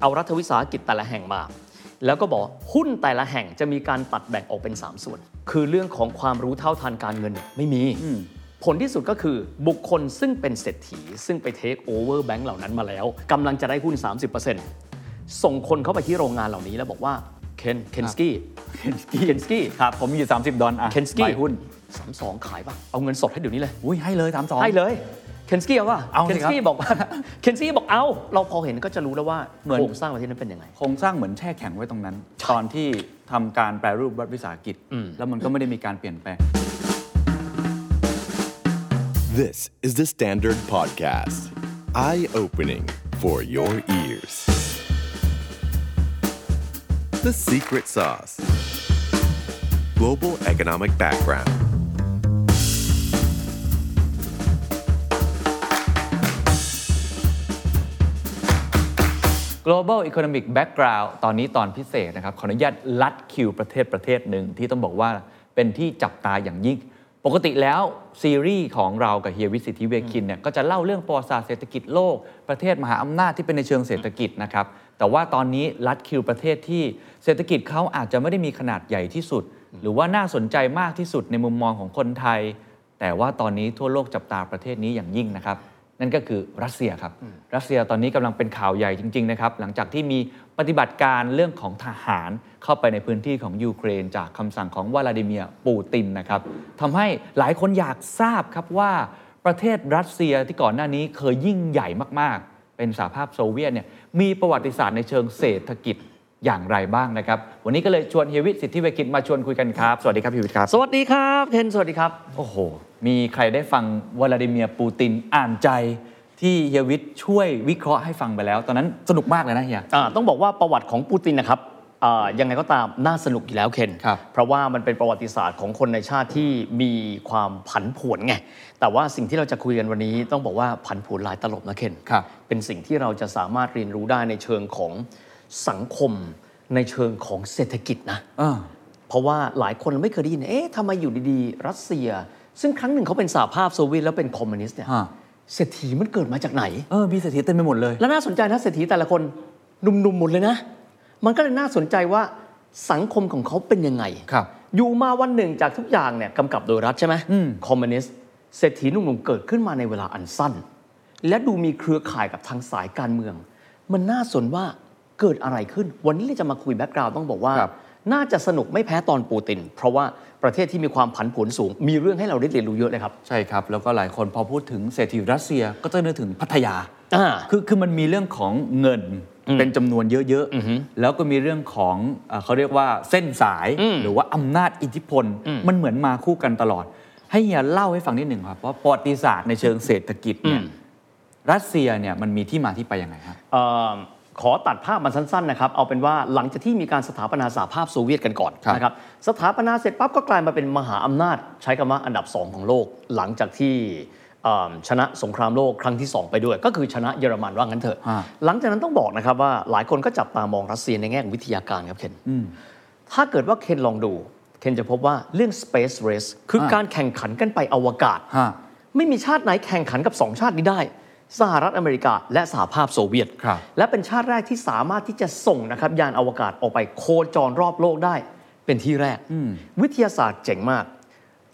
เอารัฐวิสาหกิจแต่ละแห่งมา แล้วก็บอกหุ้นแต่ละแห่งจะมีการตัดแบ่งออกเป็น 3 ส่วน คือเรื่องของความรู้เท่าทันการเงินเนี่ยไม่มี อืม ผลที่สุดก็คือบุคคลซึ่งเป็นเศรษฐี ซึ่งไปเทคโอเวอร์แบงก์เหล่านั้นมาแล้วกำลังจะได้หุ้น 30%ส่งคนเข้าไปที่โรงงานเหล่านี้แล้วบอกว่าเคนเคนสกี้ เคนสกี้ เคนสกี้ ครับผมมีอยู่ 30 ดอลลาร์อ่ะ เคนสกี้ ขายหุ้น สามสองขายป่ะ เอาเงินสดให้เดี๋ยวนี้เลย อุ้ยให้เลย 32 ให้เลยเคนสกี้เอาป่ะ เอาสิ เคน ค ส รับ กี้บอกว่า เคนสกี้บอกเอา เราพอเห็นก็จะรู้แล้วว่า เหมือน โครงสร้างประเทศนั้นเป็นยังไง โครงสร้างเหมือนแช่แข็งไว้ตรงนั้น ตอนที่ทำการแปรรูปรัฐวิสาหกิจ อืม แล้วมันก็ไม่ได้มีการเปลี่ยนแปลง This is the Standard Podcast. Eye opening for your ears. The Secret Sauce Global Economic Background. global economic background ตอนนี้ตอนพิเศษนะครับ ขออนุญาตลัดคิวประเทศประเทศหนึ่งที่ต้องบอกว่าเป็นที่จับตาอย่างยิ่ง ปกติแล้ว ซีรีส์ของเรากับเฮียวิสิทธิเวคินเนี่ยก็จะเล่าเรื่องประวัติศาสตร์เศรษฐกิจโลก ประเทศมหาอำนาจที่เป็นในเชิงเศรษฐกิจนะครับ แต่ว่าตอนนี้ลัดคิวประเทศที่เศรษฐกิจเขาอาจจะไม่ได้มีขนาดใหญ่ที่สุด หรือว่าน่าสนใจมากที่สุดในมุมมองของคนไทย แต่ว่าตอนนี้ทั่วโลกจับตาประเทศนี้อย่างยิ่งนะครับ นั่นก็คือรัสเซียครับ รัสเซียตอนนี้กำลังเป็นข่าวใหญ่จริง ๆ นะครับ หลังจากที่มีปฏิบัติการเรื่องของทหารเข้าไปในพื้นที่ของยูเครน จากคำสั่งของวลาดิเมียร์ปูตินนะครับทำให้หลายคนอยากทราบครับว่าประเทศรัสเซียที่ก่อนหน้านี้เคยยิ่งใหญ่มากๆ เป็นสหภาพโซเวียตเนี่ยมีประวัติศาสตร์ในเชิงเศรษฐกิจอย่างไรบ้างนะครับ วันนี้ก็เลยชวนเฮยวิทย์สิทธิเวกิจมาชวนคุยกันครับสวัสดีครับเฮยวิทย์ครับ สวัสดีครับเคนสวัสดีครับ โอ้โห มีใครได้ฟังวลาดิเมียร์ปูตินอ่านใจ ที่เฮียวิทย์ช่วยวิเคราะห์ให้ฟังไปแล้ว ตอนนั้นสนุกมากเลยนะเฮีย อ่าต้องบอกว่าประวัติของปูตินนะครับอ่ายังไงก็ตามน่าสนุกอยู่แล้วเคน ครับ เพราะว่ามันเป็นประวัติศาสตร์ของคนในชาติที่มีความผันผวนไงแต่ว่าสิ่งที่เราจะคุยกันวันนี้ต้องบอกว่าผันผวนหลายตลบนะเคน ครับ เป็นสิ่งที่เราจะสามารถเรียนรู้ได้ในเชิงของสังคมในเชิงของเศรษฐกิจนะ อ่า เพราะว่าหลายคนไม่เคยได้ยิน เอ๊ะทำไมอยู่ดีๆ รัสเซีย ซึ่งครั้งหนึ่งเขาเป็นสหภาพโซเวียตแล้วเป็นคอมมิวนิสต์เนี่ย ฮะ เศรษฐีมันเกิดมาจากไหน เออ มีเศรษฐีเต็มไปหมดเลย และน่าสนใจนะเศรษฐีแต่ละคนหนุ่มๆหมดเลยนะ มันก็เลยน่าสนใจว่าสังคมของเขาเป็นยังไง ครับ อยู่มาวันหนึ่งจากทุกอย่างเนี่ยกำกับโดยรัฐใช่ไหม อืม คอมมิวนิสต์เศรษฐีหนุ่มๆเกิดขึ้นมาในเวลาอันสั้น และดูมีเครือข่ายกับทางสายการเมือง มันน่าสนว่าเกิดอะไรขึ้น วันนี้เราจะมาคุยแบ็กกราวด์ต้องบอกว่า ครับ น่าจะสนุกไม่แพ้ตอนปูติน เพราะว่าประเทศที่มีความผันผวนสูง มีเรื่องให้เราได้เรียนรู้เยอะเลยครับ ใช่ครับ แล้วก็หลายคนพอพูดถึงเศรษฐีรัสเซียก็จะนึกถึงพัทยา อ่า คือคือมันมีเรื่องของเงินเป็นจำนวนเยอะๆ แล้วก็มีเรื่องของเอ่อเขาเรียกว่าเส้นสาย หรือว่าอำนาจอิทธิพล มันเหมือนมาคู่กันตลอด ให้เฮียเล่าให้ฟังนิดหนึ่งครับว่าประวัติศาสตร์ในเชิงเศรษฐกิจเนี่ย อืม รัสเซียเนี่ยมันมีที่มาที่ไปยังไงครับ เอ่อขอตัดภาพมันสั้นๆนะครับ เอาเป็นว่าหลังจากที่มีการสถาปนาสหภาพโซเวียตกันก่อน ครับ นะครับ สถาปนาเสร็จปั๊บก็กลายมาเป็นมหาอำนาจ ใช้คำว่าอันดับ 2 ของโลก หลังจากที่เอิ่มชนะสงครามโลกครั้งที่ 2 ไปด้วย ก็คือชนะเยอรมันว่างั้นเถอะ ฮะ หลังจากนั้นต้องบอกนะครับว่าหลายคนก็จับตามองรัสเซียในแง่ของวิทยาการครับเคน ถ้าเกิดว่าเคนลองดู เคนจะพบว่าเรื่อง space race คือ ฮะ การแข่งขันกันไปอวกาศ ฮะ ไม่มีชาติไหนแข่งขันกับ 2 ชาตินี้ได้ สหรัฐอเมริกาและสหภาพโซเวียต ครับ และเป็นชาติแรกที่สามารถที่จะส่งนะครับยานอวกาศออกไปโคจรรอบโลกได้ เป็นที่แรก วิทยาศาสตร์เจ๋งมาก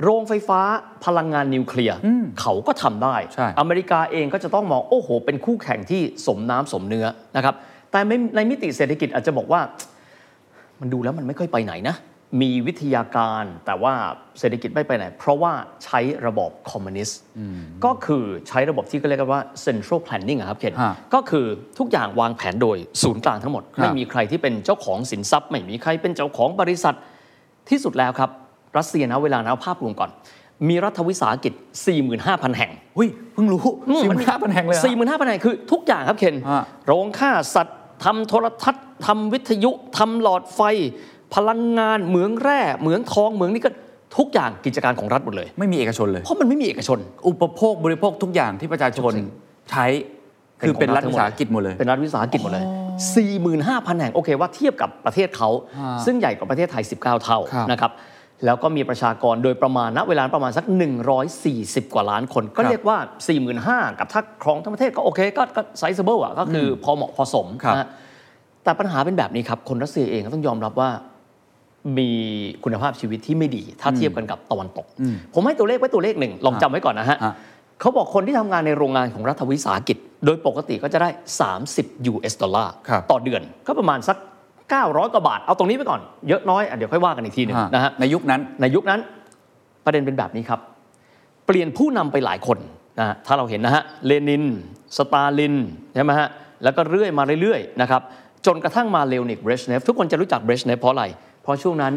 โรงไฟฟ้าพลังงานนิวเคลียร์ เขาก็ทำได้ ใช่ อเมริกาเองก็จะต้องมอง โอ้โห เป็นคู่แข่งที่สมน้ำสมเนื้อนะครับแต่ในในมิติเศรษฐกิจอาจจะบอกว่า มันดูแล้วมันไม่ค่อยไปไหนนะ มีวิทยาการแต่ว่าเศรษฐกิจไม่ไปไหน เพราะว่าใช้ระบอบคอมมิวนิสต์ ก็คือใช้ระบบที่ก็เรียกกันว่า central planning อะครับเคน ฮะ ก็คือทุกอย่างวางแผนโดยศูนย์กลางทั้งหมด ครับ ไม่มีใครที่เป็นเจ้าของสินทรัพย์ ไม่มีใครเป็นเจ้าของบริษัท ที่สุดแล้วครับ รัสเซียนะเวลานะเอาภาพรวมก่อน มีรัฐวิสาหกิจ 45,000 แห่ง หุ้ยเพิ่งรู้ สี่หมื่นห้าพันแห่งเลยเหรอ สี่หมื่นห้าพันแห่งคือทุกอย่างครับเคน ฮะ โรงฆ่าสัตว์ทำโทรทัศน์ทำวิทยุทำหลอดไฟ พลังงานเหมืองแร่เหมืองทองเหมืองนี่ก็ทุกอย่างกิจการของรัฐหมดเลย ไม่มีเอกชนเลย เพราะมันไม่มีเอกชน อุปโภคบริโภคทุกอย่างที่ประชาชนใช้คือเป็นรัฐวิสาหกิจหมดเลย เป็นรัฐวิสาหกิจหมดเลย 45,000 แห่ง โอเคว่าเทียบกับประเทศเขา ฮะ ซึ่งใหญ่กว่าประเทศไทย 19 เท่า ครับ นะครับ แล้วก็มีประชากรโดยประมาณณเวลาประมาณสัก 140 กว่าล้านคน ก็เรียกว่า 45,000 กับถ้าครองทั้งประเทศก็โอเค ก็ไซส์เบิลอ่ะ ก็คืออพอเหมาะพอสม ครับ นะฮะ แต่ปัญหาเป็นแบบนี้ครับ คนรัสเซียเองก็ต้องยอมรับว่า มีคุณภาพชีวิตที่ไม่ดี ถ้าเทียบกันกับตะวันตก ผมให้ตัวเลขไว้ตัวเลขหนึ่ง ลองจำไว้ก่อนนะฮะ ฮะ เขาบอกคนที่ทำงานในโรงงานของรัฐวิสาหกิจ โดยปกติก็จะได้ 30 US ดอลลาร์ ครับ ต่อเดือนก็ประมาณสัก 900 กว่าบาท เอาตรงนี้ไปก่อน เยอะน้อยอ่ะเดี๋ยวค่อยว่ากันอีกทีหนึง ฮะ นะฮะ ในยุคนั้น ในยุคนั้นประเด็นเป็นแบบนี้ครับ เปลี่ยนผู้นำไปหลายคนนะฮะถ้าเราเห็นนะฮะเลนิน สตาลินใช่ไหมฮะแล้วก็เรื่อยมาเรื่อยๆนะครับจนกระทั่งมาเลวนิกเบรชเนฟทุกคนจะรู้จักเบรชเนฟเพราะอะไร เพราะช่วงนั้น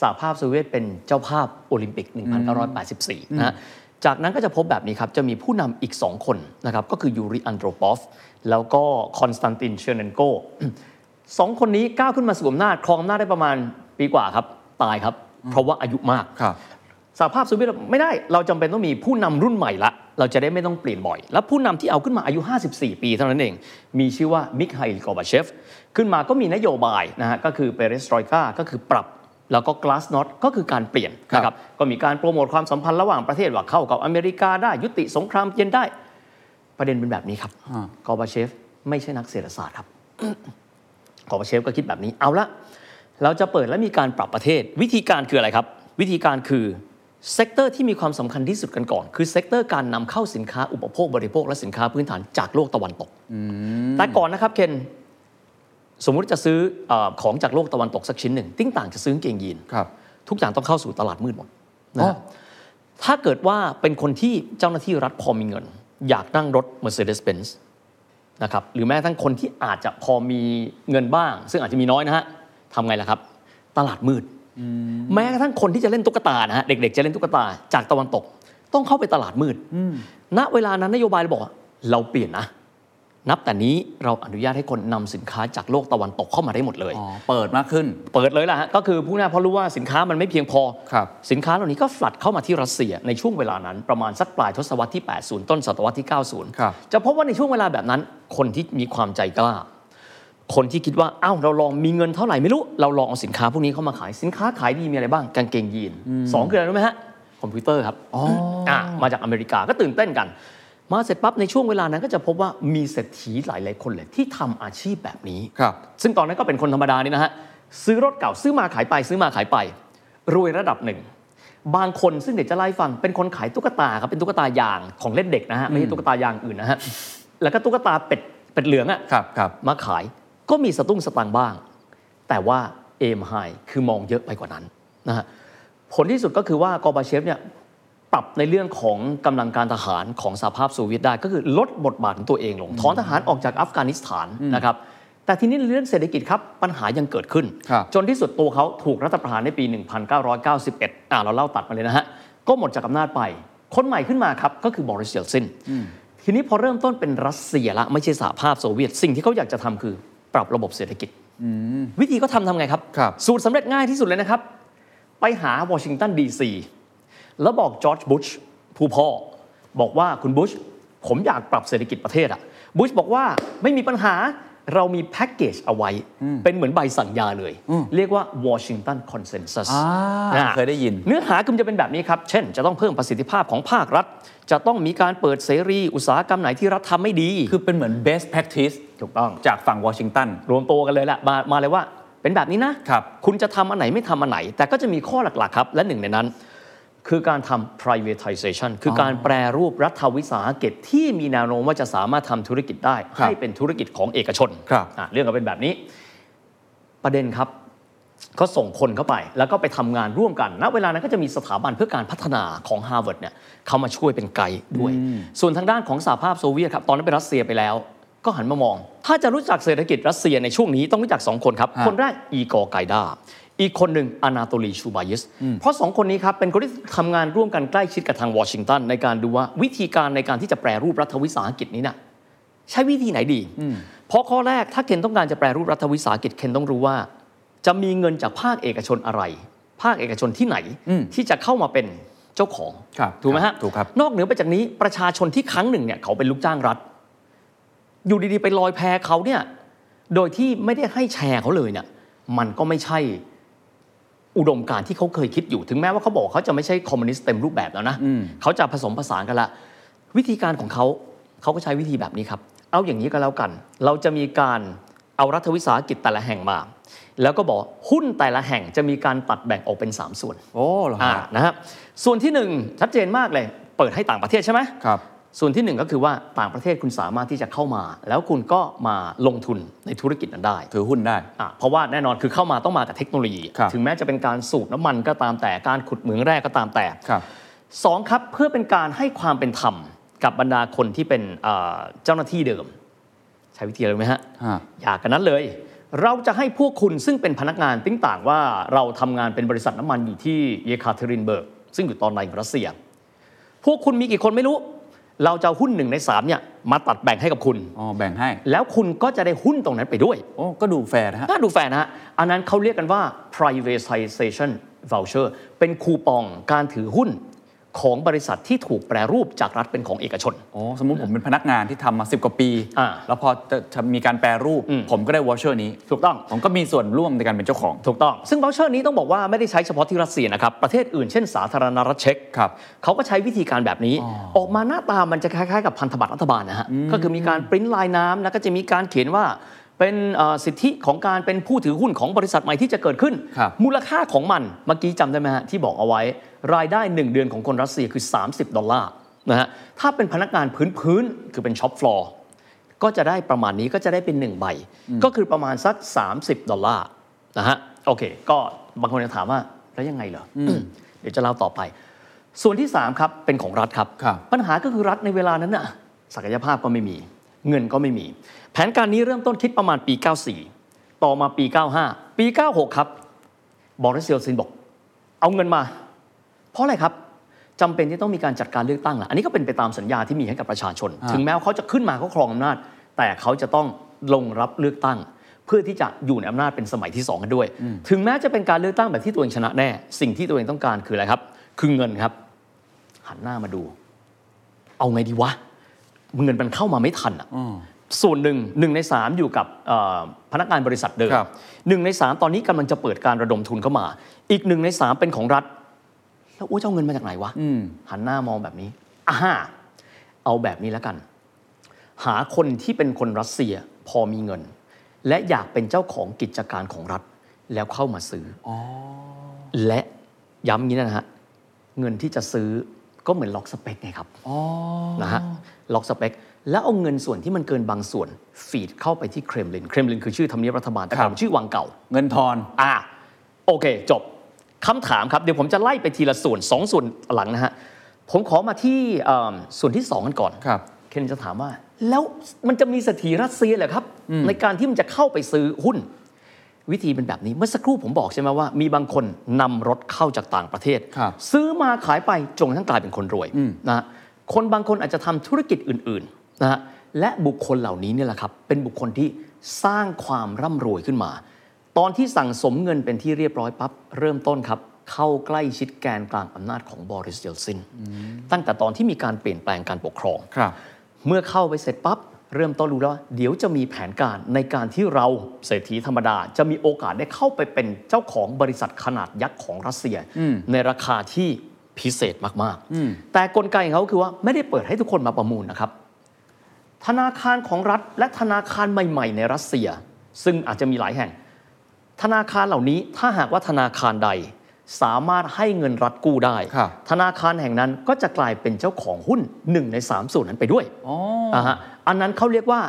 สหภาพโซเวียตเป็นเจ้าภาพโอลิมปิก 1984 นะฮะจากนั้นก็จะพบแบบนี้ครับ จะมีผู้นำอีก 2 คนนะครับก็คือยูริอันโดรปอฟแล้วก็คอนสแตนตินเชอร์เนนโก สองคนนี้ก้าวขึ้นมาสู่อำนาจครองอำนาจได้ประมาณปีกว่าครับ ตายครับ เพราะว่าอายุมาก ครับ สหภาพโซเวียตไม่ได้เราจำเป็นต้องมีผู้นำรุ่นใหม่ละ เราจะได้ไม่ต้องเปลี่ยนบ่อย และผู้นำที่เอาขึ้นมาอายุ 54 ปีเท่านั้นเอง มีชื่อว่ามิคไฮลกอร์บาเชฟ ขึ้นมาก็มีนโยบายนะฮะก็คือเปเรสตรอยกาก็คือปรับ แล้วก็กลาสน o ตก็คือการเปลี่ยนนะครับก็มีการโปรโมทความสัมพันธ์ระหว่างประเทศว่าเข้ากับอเมริกาได้ยุติสงครามเย็นได้ ประเด็นเป็นแบบนี้ครับกอร์บาเชฟไม่ใช่นักเศรษฐศาสตร์ครับ กอร์บาเชฟก็คิดแบบนี้เอาละเราจะเปิดและมีการปรับประเทศ วิธีการคืออะไรครับ วิธีการคือเซกเตอร์ที่มีความสำคัญที่สุดกันก่อน คือเซกเตอร์การนำเข้าสินค้าอุปโภคบริโภคและสินค้าพื้นฐานจากโลกตะวันตก แต่ก่อนนะครับเคนสมมุติจะซื้อเออของจากโลกตะวันตกสักชิ้นหนึ่งติ้งต่างจะซื้อกางเกงยีน ครับ ทุกอย่างต้องเข้าสู่ตลาดมืดหมดนะ อ๋อ ฮะถ้าเกิดว่าเป็นคนที่เจ้าหน้าที่รัฐพอมีเงิน อยากนั่งรถ Mercedes-Benz นะครับ หรือแม้กระทั้งคนที่อาจจะพอมีเงินบ้าง ซึ่งอาจจะมีน้อยนะฮะทำไงล่ะครับ ตลาดมืด แม้กระทั่งคนที่จะเล่นตุ๊กตานะฮะ เด็กๆ จะเล่นตุ๊กตาจากตะวันตก ต้องเข้าไปตลาดมืด ณ เวลานั้นนโยบายเราบอกว่าเราเปลี่ยนนะ นับแต่นี้เราอนุญาตให้คนนำสินค้าจากโลกตะวันตกเข้ามาได้หมดเลย อ๋อเปิดมากขึ้น เปิดเลยล่ะฮะ ก็คือผู้น่าเพราะรู้ว่าสินค้ามันไม่เพียงพอ ครับ สินค้าเหล่านี้ก็ฝลัดเข้ามาที่รัสเซียในช่วงเวลานั้นประมาณสักปลายทศวรรษที่ 80 ต้นศตวรรษที่ 90 ครับ จะพบว่าในช่วงเวลาแบบนั้น คนที่มีความใจกล้า คนที่คิดว่าอ้าวเราลองมีเงินเท่าไหร่ไม่รู้ เราลองเอาสินค้าพวกนี้เข้ามาขายสินค้าขายดีมีอะไรบ้างกางเกงยีนสองคืออะไรรู้ไหมฮะคอมพิวเตอร์ครับอ่ะมาจากอเมริกาก็ตื่นเต้นกัน มาเสร็จปั๊บในช่วงเวลานั้นก็จะพบว่ามีเศรษฐีหลาย ๆ คนเลยที่ทำอาชีพแบบนี้ ครับ ซึ่งตอนนั้นก็เป็นคนธรรมดานี่นะฮะ ซื้อรถเก่าซื้อมาขายไปซื้อมาขายไป รวยระดับหนึ่ง บางคนซึ่งเดี๋ยวจะไล่าให้ฟังเป็นคนขายตุ๊กตาครับเป็นตุ๊กตายางของเล่นเด็กนะฮะ ไม่ใช่ตุ๊กตายางอื่นนะฮะ แล้วก็ตุ๊กตาเป็ดเป็ดเหลืองอะ ครับครับ มาขายก็มีสตุ้งสตังค์บ้าง แต่ว่าเอมไฮคือมองเยอะไปกว่านั้นนะฮะผลที่สุดก็คือว่ากอร์บาเชฟเนี่ยปรับในเรื่องของกำลังการทหารของสหภาพโซเวียตได้ ก็คือลดบทบาทของตัวเองลง ถอนทหารออกจากอัฟกานิสถานนะครับแต่ทีนี้เรื่องเศรษฐกิจครับปัญหายังเกิดขึ้น ครับ จนที่สุดตัวเขาถูกรัฐประหารในปี 1991 อ่าเราเล่าตัดมาเลยนะฮะ ก็หมดจากอำนาจไป คนใหม่ขึ้นมาครับ ก็คือบอริสเยลซิน ทีนี้พอเริ่มต้นเป็นรัสเซียละ ไม่ใช่สหภาพโซเวียต สิ่งที่เขาอยากจะทำคือปรับระบบเศรษฐกิจ วิธีก็ทำทำไงครับ ครับ สูตรสำเร็จง่ายที่สุดเลยนะครับ ไปหาวอชิงตันดีซีแล้วบอกจอร์จบุชผู้พ่อ บอกว่าคุณบุชผมอยากปรับเศรษฐกิจประเทศอะบุชบอกว่าไม่มีปัญหาเรามีแพ็กเกจเอาไว้ เป็นเหมือนใบสั่งยาเลย เรียกว่าวอชิงตันคอนเซนแซส อ่า อ่า เคยได้ยิน เนื้อหาคือมันจะเป็นแบบนี้ครับ เช่น จะต้องเพิ่มประสิทธิภาพของภาครัฐ จะต้องมีการเปิดเสรีอุตสาหกรรมไหนที่รัฐทำไม่ดี คือเป็นเหมือน best practice ถูกต้อง จากฝั่งวอชิงตัน รวมตัวกันเลยละมามาเลยว่าเป็นแบบนี้นะครับ คุณจะทำอันไหนไม่ทำอันไหน แต่ก็จะมีข้อหลัก ๆ ครับ และหนึ่งในนั้น คือการทำ privatization คือการแปรรูปรัฐวิสาหกิจที่มีแนวโน้มว่าจะสามารถทำธุรกิจได้ ครับ ให้เป็นธุรกิจของเอกชน ครับ อ่ะเรื่องก็เป็นแบบนี้ ประเด็นครับ ก็ส่งคนเข้าไป แล้วก็ไปทำงานร่วมกัน ณ เวลานั้นก็จะมีสถาบันเพื่อการพัฒนาของ Harvard เนี่ยเขามาช่วยเป็นไกด์ด้วย ส่วนทางด้านของสหภาพโซเวียตครับ ตอนนั้นเป็นรัสเซียไปแล้ว ก็หันมามอง ถ้าจะรู้จักเศรษฐกิจรัสเซียในช่วงนี้ต้องรู้จักสองคนครับ ฮะ คนแรกอีกอร์ไกด้า อีกคนหนึ่งอนาโตลีชูบายิส เพราะสองคนนี้ครับ เป็นคนที่ทำงานร่วมกันใกล้ชิดกับทางวอชิงตัน ในการดูว่าวิธีการในการที่จะแปรรูปรัฐวิสาหกิจนี้น่ะ ใช้วิธีไหนดี เพราะข้อแรกถ้าเคนต้องการจะแปรรูปรัฐวิสาหกิจเคนต้องรู้ว่า จะมีเงินจากภาคเอกชนอะไร ภาคเอกชนที่ไหนที่จะเข้ามาเป็นเจ้าของ ครับ ถูกไหมฮะ ถูกครับ นอกเหนือไปจากนี้ประชาชนที่ครั้งหนึ่งเนี่ยเขาเป็นลูกจ้างรัฐ อยู่ดีๆ ไปลอยแพเขาเนี่ยโดยที่ไม่ได้ให้แชร์เขาเลยเนี่ยมันก็ไม่ใช่อุดมการณ์ที่เขาเคยคิดอยู่ถึงแม้ว่าเขาบอกเขาจะไม่ใช่คอมมิวนิสต์เต็มรูปแบบแล้วนะเขาจะผสมผสานกันละ วิธีการของเขาเขาก็ใช้วิธีแบบนี้ครับ เอาอย่างนี้ก็แล้วกัน เราจะมีการ เอารัฐวิสาหกิจแต่ละแห่งมา แล้วก็บอกหุ้นแต่ละแห่งจะมีการตัดแบ่งออกเป็น 3 ส่วน โอ้เหรอฮะ อ่านะฮะส่วนที่ 1 ชัดเจนมากเลย เปิดให้ต่างประเทศใช่ไหม ครับ ส่วนที่หนึ่งก็คือว่าต่างประเทศคุณสามารถที่จะเข้ามา แล้วคุณก็มาลงทุนในธุรกิจนั้นได้ ถือหุ้นได้ อ่ะเพราะว่าแน่นอนคือเข้ามาต้องมากับเทคโนโลยี ครับ ถึงแม้จะเป็นการสูบน้ำมันก็ตามแต่การขุดเหมืองแร่ก็ตามแต่ ครับ สองครับเพื่อเป็นการให้ความเป็นธรรมกับบรรดาคนที่เป็นเอ่อเจ้าหน้าที่เดิม ใช้วิธีอะไรรู้ไหมฮะ ฮะ อย่ากันนั้นเลย เราจะให้พวกคุณซึ่งเป็นพนักงานติ้งต่างว่าเราทำงานเป็นบริษัทน้ำมันอยู่ที่เยคาเทรินเบิร์ก ซึ่งอยู่ตอนในของรัสเซีย พวกคุณมีกี่คนไม่รู้ เราจะเอาหุ้นหนึ่งในสามเนี่ยมาตัดแบ่งให้กับคุณ อ๋อ แบ่งให้ แล้วคุณก็จะได้หุ้นตรงนั้นไปด้วย โอ้ ก็ดูแฟร์นะฮะ น่าดูแฟนนะฮะ อันนั้นเขาเรียกกันว่า privatization voucher เป็นคูปองการถือหุ้นของบริษัทที่ถูกแปรรูปจากรัฐเป็นของเอกชน อ๋อ สมมุติผมเป็นพนักงานที่ทำมา 10 กว่าปี อ่า แล้วพอจะจะมีการแปรรูป อืม ผมก็ได้วอชเชอร์นี้ ถูกต้อง ผมก็มีส่วนร่วมในการเป็นเจ้าของ ถูกต้อง ซึ่ง voucher นี้ต้องบอกว่าไม่ได้ใช้เฉพาะที่รัสเซียนะครับ ประเทศอื่นเช่นสาธารณรัฐเช็ก ครับ เขาก็ใช้วิธีการแบบนี้ ออกมาหน้าตามันจะคล้ายๆกับพันธบัตรรัฐบาลนะฮะ ก็คือมีการปริ้นลายน้ำแล้วก็จะมีการเขียนว่าเป็นเอ่อสิทธิของการเป็นผู้ถือหุ้นของบริษัทใหม่ที่จะเกิดขึ้น ครับ มูลค่าของมันเมื่อกี้จำได้ไหมฮะที่บอกเอาไว้ รายได้ 1 เดือนของคนรัสเซียคือ 30 ดอลลาร์นะฮะถ้าเป็นพนักงานพื้นๆคือเป็นช็อปฟลอร์ ก็จะได้ประมาณนี้ก็จะได้เป็น 1 ใบ ก็คือประมาณสัก 30 ดอลลาร์นะฮะโอเค ก็บางคนจะถามว่า แล้วยังไงเหรออ เดี๋ยวจะเล่าต่อไป ส่วนที่ 3 ครับ เป็นของรัฐครับ ครับ ปัญหาก็คือรัฐในเวลานั้นน่ะศักยภาพก็ไม่มี เงินก็ไม่มี แผนการนี้เริ่มต้นคิดประมาณปี 94 ต่อมาปี 95 ปี 96 ครับ บอริสเยลซินบอก เอาเงินมา เพราะอะไรครับจำเป็นที่ต้องมีการจัดการเลือกตั้งล่ะอันนี้ก็เป็นไปตามสัญญาที่มีให้กับประชาชน อ่า ถึงแม้ว่าเขาจะขึ้นมาเขาครองอำนาจ แต่เขาจะต้องลงรับเลือกตั้ง เพื่อที่จะอยู่ในอำนาจเป็นสมัยที่สองกันด้วย ถึงแม้จะเป็นการเลือกตั้งแบบที่ตัวเองชนะแน่ สิ่งที่ตัวเองต้องการคืออะไรครับ คือเงินครับ หันหน้ามาดู เอาไงดีวะ เงินมันเข้ามาไม่ทันอะ อ๋อ ส่วนหนึ่งหนึ่งในสามอยู่กับเอ่อพนักงานบริษัทเดิม ครับ หนึ่งในสามตอนนี้กำลังจะเปิดการระดมทุนเข้ามา อีกหนึ่งในสามเป็นของรัฐ แล้วอู้เจ้าเงินมาจากไหนวะ อืม หันหน้ามองแบบนี้อ่าฮะเอาแบบนี้แล้วกัน หาคนที่เป็นคนรัสเซียพอมีเงิน และอยากเป็นเจ้าของกิจการของรัฐ แล้วเข้ามาซื้ออและย้ำอย่างนี้นะฮะ เงินที่จะซื้อก็เหมือนล็อกสเปคไงครับ อ๋อ นะฮะล็อกสเปค แล้วเอาเงินส่วนที่มันเกินบางส่วน ฟีดเข้าไปที่เครมลิน เครมลินคือชื่อทำเนียบรัฐบาลแต่ก่อน ครับ ชื่อวังเก่า เงินทอน อ่ะโอเค จบคำถามครับ เดี๋ยวผมจะไล่ไปทีละส่วนสองส่วนหลังนะฮะ ผมขอมาที่เอิ่มส่วนที่สองกันก่อน ครับ เคนจะถามว่า แล้วมันจะมีเสถียรรัสเซียเหรอครับ ในการที่มันจะเข้าไปซื้อหุ้น วิธีเป็นแบบนี้เมื่อสักครู่ผมบอกใช่ไหมว่า มีบางคนนำรถเข้าจากต่างประเทศ ครับ ซื้อมาขายไปจนกระทั้งกลายเป็นคนรวยนะฮะคนบางคนอาจจะทำธุรกิจอื่นๆนะฮะและบุคคลเหล่านี้เนี่ยแหละครับ เป็นบุคคลที่สร้างความร่ำรวยขึ้นมา ตอนที่สั่งสมเงินเป็นที่เรียบร้อยปั๊บเริ่มต้นครับ เข้าใกล้ชิดแกนกลางอำนาจของบอริสเยลซินตั้งแต่ตอนที่มีการเปลี่ยนแปลงการปกครอง ครับ เมื่อเข้าไปเสร็จปั๊บ เริ่มต้นรู้แล้วว่าเดี๋ยวจะมีแผนการในการที่เราเศรษฐีธรรมดา จะมีโอกาสได้เข้าไปเป็นเจ้าของบริษัทขนาดยักษ์ของรัสเซีย ในราคาที่พิเศษมากๆ แต่กลไกของเขาคือว่าไม่ได้เปิดให้ทุกคนมาประมูลนะครับ ธนาคารของรัฐและธนาคารใหม่ ๆ ในรัสเซีย ซึ่งอาจจะมีหลายแห่ง ธนาคารเหล่านี้ถ้าหากว่าธนาคารใดสามารถให้เงินรัฐกู้ได้ ครับ ธนาคารแห่งนั้นก็จะกลายเป็นเจ้าของหุ้นหนึ่งในสามส่วนนั้นไปด้วย อ๋อ อ่าฮะอันนั้นเขาเรียกว่า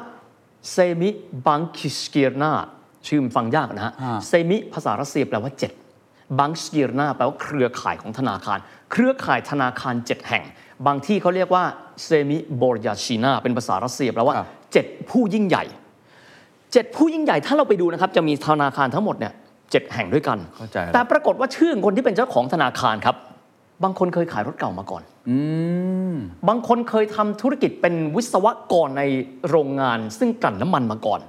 เซมิบังคิสกีรนาชื่อมันฟังยากนะฮะ อ่า เซมิภาษารัสเซียแปลว่า 7 บังสกีรนาแปลว่าเครือข่ายของธนาคาร เครือข่ายธนาคาร 7 แห่ง บางที่เขาเรียกว่าเซมิบอร์ยาชินาเป็นภาษารัสเซียแปลว่า 7 ผู้ยิ่งใหญ่ 7 ผู้ยิ่งใหญ่ถ้าเราไปดูนะครับ จะมีธนาคารทั้งหมดเนี่ยเแห่งด้วยกัน เข้าใจแล้ว แต่ปรากฏว่าชื่อของคนที่เป็นเจ้าของธนาคารครับ บางคนเคยขายรถเก่ามาก่อน อืม บางคนเคยทำธุรกิจเป็นวิศวกรในโรงงาน ซึ่งกลั่นน้ำมันมาก่อน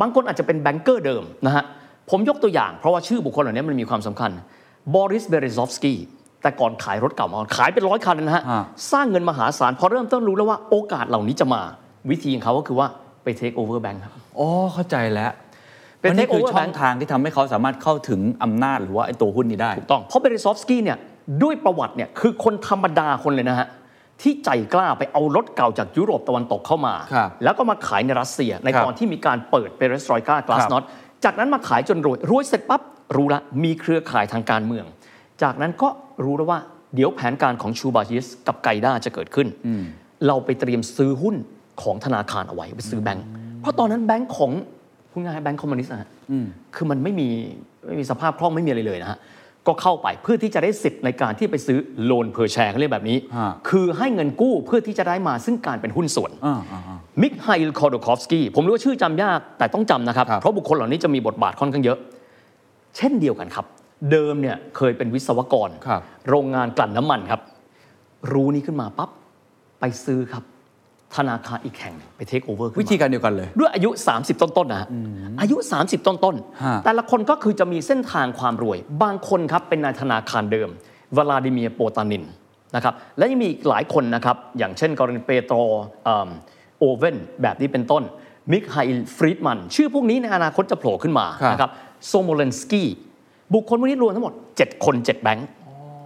บางคนอาจจะเป็นแบงเกอร์เดิมนะฮะ ผมยกตัวอย่างเพราะว่าชื่อบุคคลเหล่านี้มันมีความสำคัญบอริสเบเรซอฟสกี้แต่ก่อนขายรถเก่ามาก่อนขายเป็นร้อยคันเลยนะฮะ ฮะ สร้างเงินมหาศาล พอเริ่มต้นรู้แล้วว่าโอกาสเหล่านี้จะมาวิธีของเขาก็คือว่าไปเทคโอเวอร์แบงค์ครับ อ๋อ เข้าใจแล้ว เป็น มันนี่คือ takeover ช่อง bank ทางที่ทำให้เขาสามารถเข้าถึงอำนาจหรือว่าไอ้ตัวหุ้นนี้ได้ ถูกต้องเพราะเบรซอฟสกี้เนี่ยด้วยประวัติเนี่ยคือคนธรรมดาคนเลยนะฮะ ที่ใจกล้าไปเอารถเก่าจากยุโรปตะวันตกเข้ามา ครับ แล้วก็มาขายในรัสเซีย ใน ครับ ตอนที่มีการเปิดเปเรสตรอยกากลาส ครับ นอตจากนั้นมาขายจนรวยรวยเสร็จปั๊บรู้ละมีเครือข่ายทางการเมือง จากนั้นก็รู้แล้วว่าเดี๋ยวแผนการของชูบาชิสกับไกด้าจะเกิดขึ้น เราไปเตรียมซื้อหุ้นของธนาคารเอาไว้ไปซื้อแบงก์เพราะตอนนั้นแบงก์ของพูดง่ายๆแบงก์คอมมิวนิสต์นะฮะคือมันไม่มีไม่มีสภาพคล่องไม่มีอะไรเลยนะฮะก็เข้าไปเพื่อที่จะได้สิทธิ์ในการที่ไปซื้อโลนเพอร์แชร์เขาเรียกแบบนี้ ฮะ คือให้เงินกู้เพื่อที่จะได้มาซึ่งการเป็นหุ้นส่วน อ่าอ่าอ่า มิกไฮลคอร์ดคอฟสกี้ผมรู้ว่าชื่อจำยากแต่ต้องจำนะครับ ครับ เพราะบุคคลเหล่านี้จะมีบทบาทค่อนข้างเยอะ เช่นเดียวกันครับ เดิมเนี่ยเคยเป็นวิศวกร ครับ โรงงานกลั่นน้ำมันครับ รู้นี้ขึ้นมาปั๊บ ไปซื้อครับ ธนาคารอีกแห่งหนึ่งไปเทคโอเวอร์ วิธีการเดียวกันเลย ด้วยอายุ 30 ต้นๆนะฮะอายุ 30 ต้น ฮะ ๆ แต่ละคนก็คือจะมีเส้นทางความรวย บางคนครับเป็นนายธนาคารเดิมวลาดิเมียร์โปตานินนะครับและยังมีอีกหลายคนนะครับอย่างเช่นกรณีเปโตรเอิ่มโอเว่นแบบนี้เป็นต้นมิกไฮฟรีดมัน ชื่อพวกนี้ในอนาคตจะโผล่ขึ้นมา ครับ นะครับโซโมเลนสกี้บุคคลพวกนี้รวมทั้งหมด 7 คน 7 แบงค์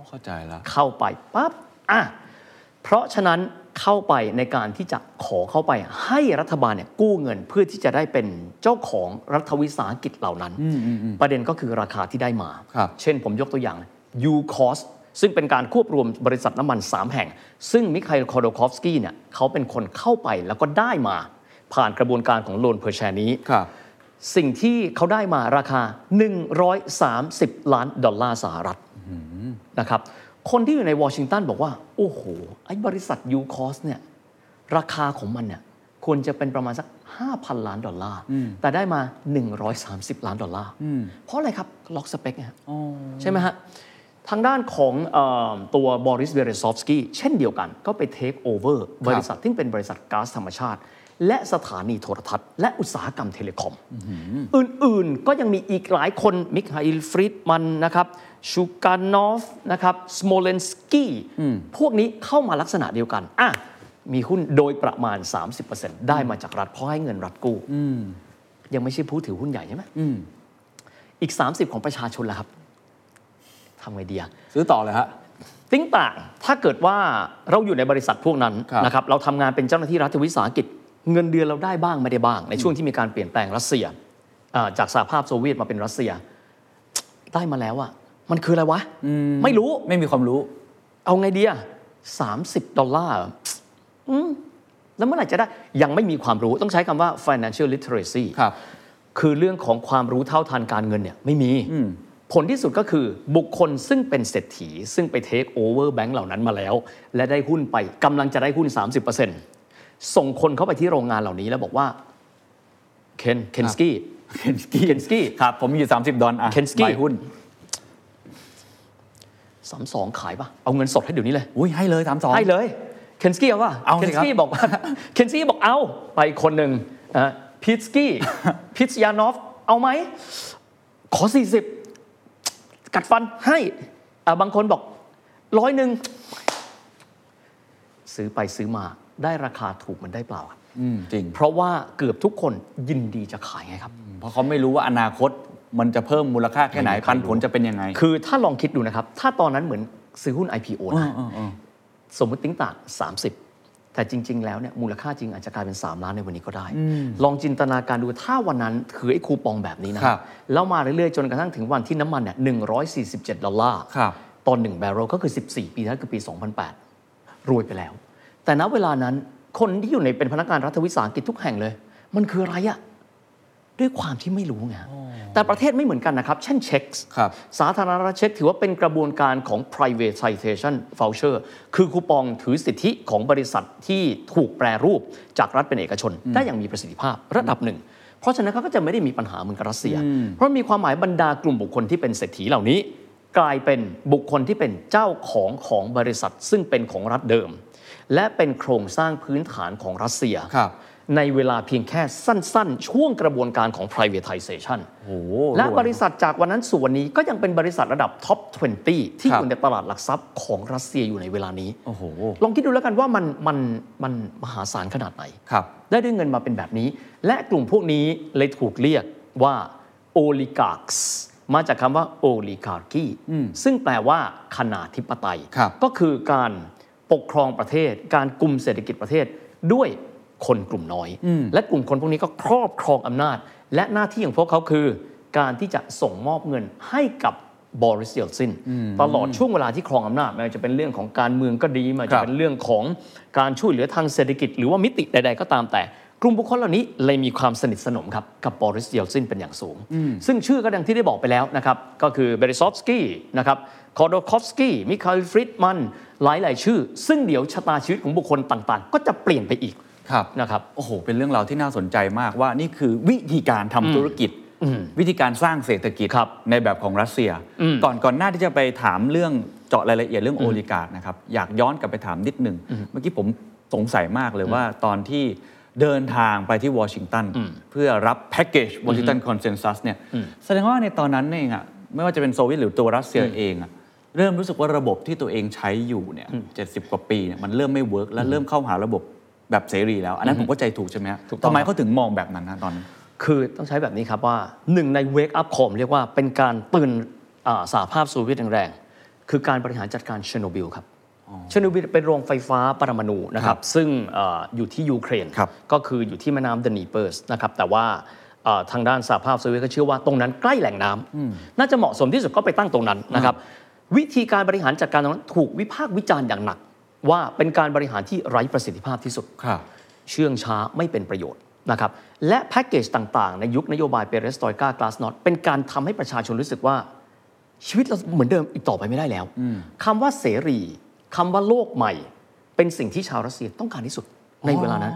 เข้าใจละ เข้าไปปั๊บอ่ะเพราะฉะนั้นเข้าไปในการที่จะขอเข้าไปให้รัฐบาลเนี่ยกู้เงินเพื่อที่จะได้เป็นเจ้าของรัฐวิสาหกิจเหล่านั้น ประเด็นก็คือราคาที่ได้มา ครับ เช่นผมยกตัวอย่าง u c o s ซึ่งเป็นการควบรวมบริษัทน้ำมัน 3 แห่ง ซึ่งมิ k า i l คอ d o คอฟสกี้เนี่ยเขาเป็นคนเข้าไปแล้วก็ได้มา ผ่านกระบวนการของโลนเพอร์แชนี้ ครับ สิ่งที่เขาได้มาราคา 130 ล้านดอลลาร์สหรัฐนะครับ คนที่อยู่ในวอชิงตันบอกว่า โอ้โห ไอ้บริษัทยูคอสเนี่ย ราคาของมันเนี่ยควรจะเป็นประมาณสัก 5,000 ล้านดอลลาร์ แต่ได้มา 130 ล้านดอลลาร์ เพราะอะไรครับ ล็อกสเปคไงฮะใช่ไหมฮะ ทางด้านของเออตัวบริสเบเรซอฟสกี้เช่นเดียวกันก็ไปเทคโอเวอร์บริษัทที่งเป็นบริษัทก๊าซธรรมชาติ และสถานีโทรทัศน์ และอุตสาหกรรมเทเลคอม อื่นๆ ก็ยังมีอีกหลายคนมิ k าอิลฟริดมันนะครับชูกานอฟนะครับสโมเลนสกี้พวกนี้เข้ามาลักษณะเดียวกันอ่ะมีหุ้นโดยประมาณ 30%ได้มาจากรัฐเพราะให้เงินรัฐกู้ยังไม่ใช่ผู้ถือหุ้นใหญ่ใช่ไหมอีก 30 ของประชาชนล่ะครับทำไงดีอะ ซื้อต่อเลยฮะ ติ้งต่างถ้าเกิดว่าเราอยู่ในบริษัทพวกนั้น ครับ นะครับ เราทำงานเป็นเจ้าหน้าที่รัฐวิสาหกิจ เงินเดือนเราได้บ้างไม่ได้บ้าง ในช่วงที่มีการเปลี่ยนแปลงรัสเซียอ่าจากสหภาพโซเวียตมาเป็นรัสเซีย ได้มาแล้วอะมันคืออะไรวะ ม ไม่รู้ ไม่มีความรู้ เอาไงดีอะสามสิบดอลลาร์เหรออืมแล้วเมื่อไหร่จะได้ ยังไม่มีความรู้ต้องใช้คำว่า financial literacy ครับ คือเรื่องของความรู้เท่าทันการเงินเนี่ยไม่มี ผลที่สุดก็คือบุคคลซึ่งเป็นเศรษฐี ซึ่งไปเทคโอเวอร์แบงก์เหล่านั้นมาแล้ว และได้หุ้นไปกำลังจะได้หุ้น 30%ส่งคนเข้าไปที่โรงงานเหล่านี้แล้วบอกว่าเคนเคนสกี้ เคนสกี้ เคนสกี้ ครับ ผมมีอยู่ 30 ดอลลาร์อะ เคนสกี้ ใบหุ้น สามสองขายปะเอาเงินสดให้เดี๋ยวนี้เลย อุ้ยให้เลยสามสอง ให้เลยเคนสกี้เอาว่า เอาสิ เคนสครับ กี้บอกว่า เคนสกี้บอกเอาไปคนหนึ่งพิทส กี้พิทยานอฟเอาไหม ขอ 40 กัดฟันให้อ่ะบางคนบอกร้อยหนึ่งซื้อไปซื้อมาได้ราคาถูกมันได้เปล่าอะ ืมจริง เพราะว่าเกือบทุกคนยินดีจะขายไงครับ เพราะเขาไม่รู้ว่าอนาคตมันจะเพิ่มมูลค่าแค่ไหน ไม่มีใคร ปันผล รู้ จะเป็นยังไง คือถ้าลองคิดดูนะครับ ถ้าตอนนั้นเหมือนซื้อหุ้น IPO นะ สมมติติ้งต่าง 30 แต่จริง ๆ แล้วเนี่ยมูลค่าจริงอาจจะกลายเป็น 3 ล้านในวันนี้ก็ได้ ลองจินตนาการดูถ้าวันนั้นถือไอ้คูปองแบบนี้นะครับ แล้วมาเรื่อยๆ จนกระทั่งถึงวันที่น้ำมันเนี่ย147 ดอลลาร์ ครับ ตอน1แบรเรลก็คือ 14 ปีที่แล้วคือปี 2008 รวยไปแล้ว แต่ณเวลานั้นคนที่อยู่ในเป็นพนักงานรัฐวิสาหกิจทุกแห่งเลย มันคืออะไรอะด้วยความที่ไม่รู้ไงแต่ประเทศไม่เหมือนกันนะครับ เช่นเช็ค ครับ สาธารณรัฐเช็คถือว่าเป็นกระบวนการของ privatization voucher คือคูปองถือสิทธิของบริษัทที่ถูกแปรรูปจากรัฐเป็นเอกชน ได้อย่างมีประสิทธิภาพระดับหนึ่ง เพราะฉะนั้นเขาก็จะไม่ได้มีปัญหาเหมือนกับรัสเซีย เพราะมีความหมายบรรดากลุ่มบุคคลที่เป็นเศรษฐีเหล่านี้ กลายเป็นบุคคลที่เป็นเจ้าของของบริษัท ซึ่งเป็นของรัฐเดิม และเป็นโครงสร้างพื้นฐานของรัสเซีย ครับ ในเวลาเพียงแค่สั้นๆ ช่วงกระบวนการของ privatization โอ้โห และ วย บริษัทจากวันนั้นสู่วันนี้ก็ยังเป็นบริษัทระดับท็อป 20 ที่ ครั อบ ยู่ในตลาดหลักทรัพย์ของรัสเซียอยู่ในเวลานี้ โอ้โห ลองคิดดูแล้วกันว่ามันมันมันมหาศาลขนาดไหน ครับ ได้ด้วยเงินมาเป็นแบบนี้ และกลุ่มพวกนี้เลยถูกเรียกว่า oligarchs มาจากคำว่า oligarchy ซึ่งแปลว่าคณาธิปไตย ครับ ก็คือการ ปกครองประเทศ การกลุ่มเศรษฐกิจประเทศด้วยคนกลุ่มน้อย และกลุ่มคนพวกนี้ก็ครอบครองอำนาจ และหน้าที่ของพวกเขาคือ การที่จะส่งมอบเงินให้กับบริสเยลซินตลอดช่วงเวลาที่ครองอำนาจไม่ว่าจะเป็นเรื่องของการเมืองก็ดีไมัน ครั จะ บ เป็นเรื่องของการช่วยเหลือทางเศรษฐกิจ หรือว่ามิติใด ๆ ก็ตามแต่ กลุ่มบุคคลเหล่านี้เลยมีความสนิทสนมครับกับบริสเยลซินเป็นอย่างสูง ซึ่งชื่อก็ดังที่ได้บอกไปแล้วนะครับ ก็คือเบริซอฟสกี้นะครับคอโดคอฟสกี้มิคาลฟริดมันหลาย ๆ ชื่อ ซึ่งเดี๋ยวชะตาชีวิตของบุคคลต่างๆ ก็จะเปลี่ยนไปอีก ครับ นะครับ โอ้โห เป็นเรื่องราวที่น่าสนใจมากว่านี่คือวิธีการทำธุรกิจ วิธีการสร้างเศรษฐกิจ ครับ ในแบบของรัสเซีย ก่อนก่อนหน้าที่จะไปถามเรื่องเจาะรายละเอียดเรื่องโอลิการ์นะครับ อยากย้อนกลับไปถามนิดหนึ่ง เมื่อกี้ผมสงสัยมากเลยว่าตอนที่เดินทางไปที่วอชิงตัน เพื่อรับแพ็กเกจวอชิงตันคอนเซนแซสเนี่ยแสดงว่าในตอนนั้นเองอะไม่ว่าจะเป็นโซเวียตหรือตัวรัสเซียเองอะเริ่มรู้สึกว่าระบบที่ตัวเองใช้อยู่เนี่ยเจ็ดสิบกว่าปีเนี่ยมันเริ่มไม่เวิร์กและเริ่มเข้าหาระบบ แบบเสรีแล้ว อันนั้นผมก็ใจถูกใช่ไหมฮะ ถูกต้อง ทำไมเขาถึงมองแบบนั้นนะตอนนั้น คือต้องใช้แบบนี้ครับว่าหนึ่งในเวกอัพคอมเรียกว่าเป็นการตื่นอ่าสหภาพโซเวียตแรงๆคือการบริหารจัดการเชอร์โนบิลครับเชอร์โนบิลเป็นโรงไฟฟ้าปรมาณูนะครับซึ่งอาอยู่ที่ยูเครน ครับ ก็คืออยู่ที่แม่น้ำเดนีเปอร์สนะครับแต่ว่าเอ่อทางด้านสหภาพโซเวียตก็เชื่อว่าตรงนั้นใกล้แหล่งน้ำน่าจะเหมาะสมที่สุดก็ไปตั้งตรงนั้นนะครับวิธีการบริหารจัดการตรงนั้นถูกวิพากษ์วิจารณ์อย่างหนัก ว่าเป็นการบริหารที่ไร้ประสิทธิภาพที่สุด ครับ เชื่องช้าไม่เป็นประโยชน์นะครับและแพ็กเกจต่างๆ ในยุคนโยบายเปเรสตอยกากลาสนอตเป็นการทำให้ประชาชนรู้สึกว่า ชีวิตเราเหมือนเดิมอีกต่อไปไม่ได้แล้วคำว่าเสรีคำว่าโลกใหม่ เป็นสิ่งที่ชาวรัสเซียต้องการที่สุดในเวลานั้น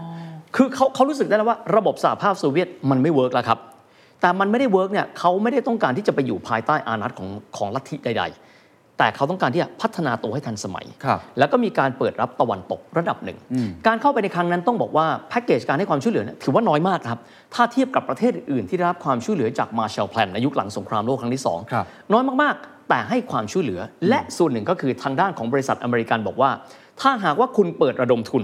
คือเขาเขารู้สึกได้แล้วว่าระบบสหภาพโซเวียตมันไม่เวิร์กแล้วครับ แต่มันไม่ได้เวิร์กเนี่ยเขาไม่ได้ต้องการที่จะไปอยู่ภายใต้อานัตของของลัทธิใด ๆ แต่เขาต้องการที่จะพัฒนาตัวให้ทันสมัย ครับ แล้วก็มีการเปิดรับตะวันตกระดับหนึ่ง การเข้าไปในครั้งนั้นต้องบอกว่าแพ็กเกจการให้ความช่วยเหลือเนี่ยถือว่าน้อยมากนะครับ ถ้าเทียบกับประเทศอื่นที่ได้รับความช่วยเหลือจากมา s h a l l Plan ในยุคหลังสงครามโลกครั้งที่ 2 ครับ น้อยมาก ๆ แต่ให้ความช่วยเหลือ และส่วนหนึ่งก็คือทางด้านของบริษัทอเมริกันบอกว่า ถ้าหากว่าคุณเปิดระดมทุน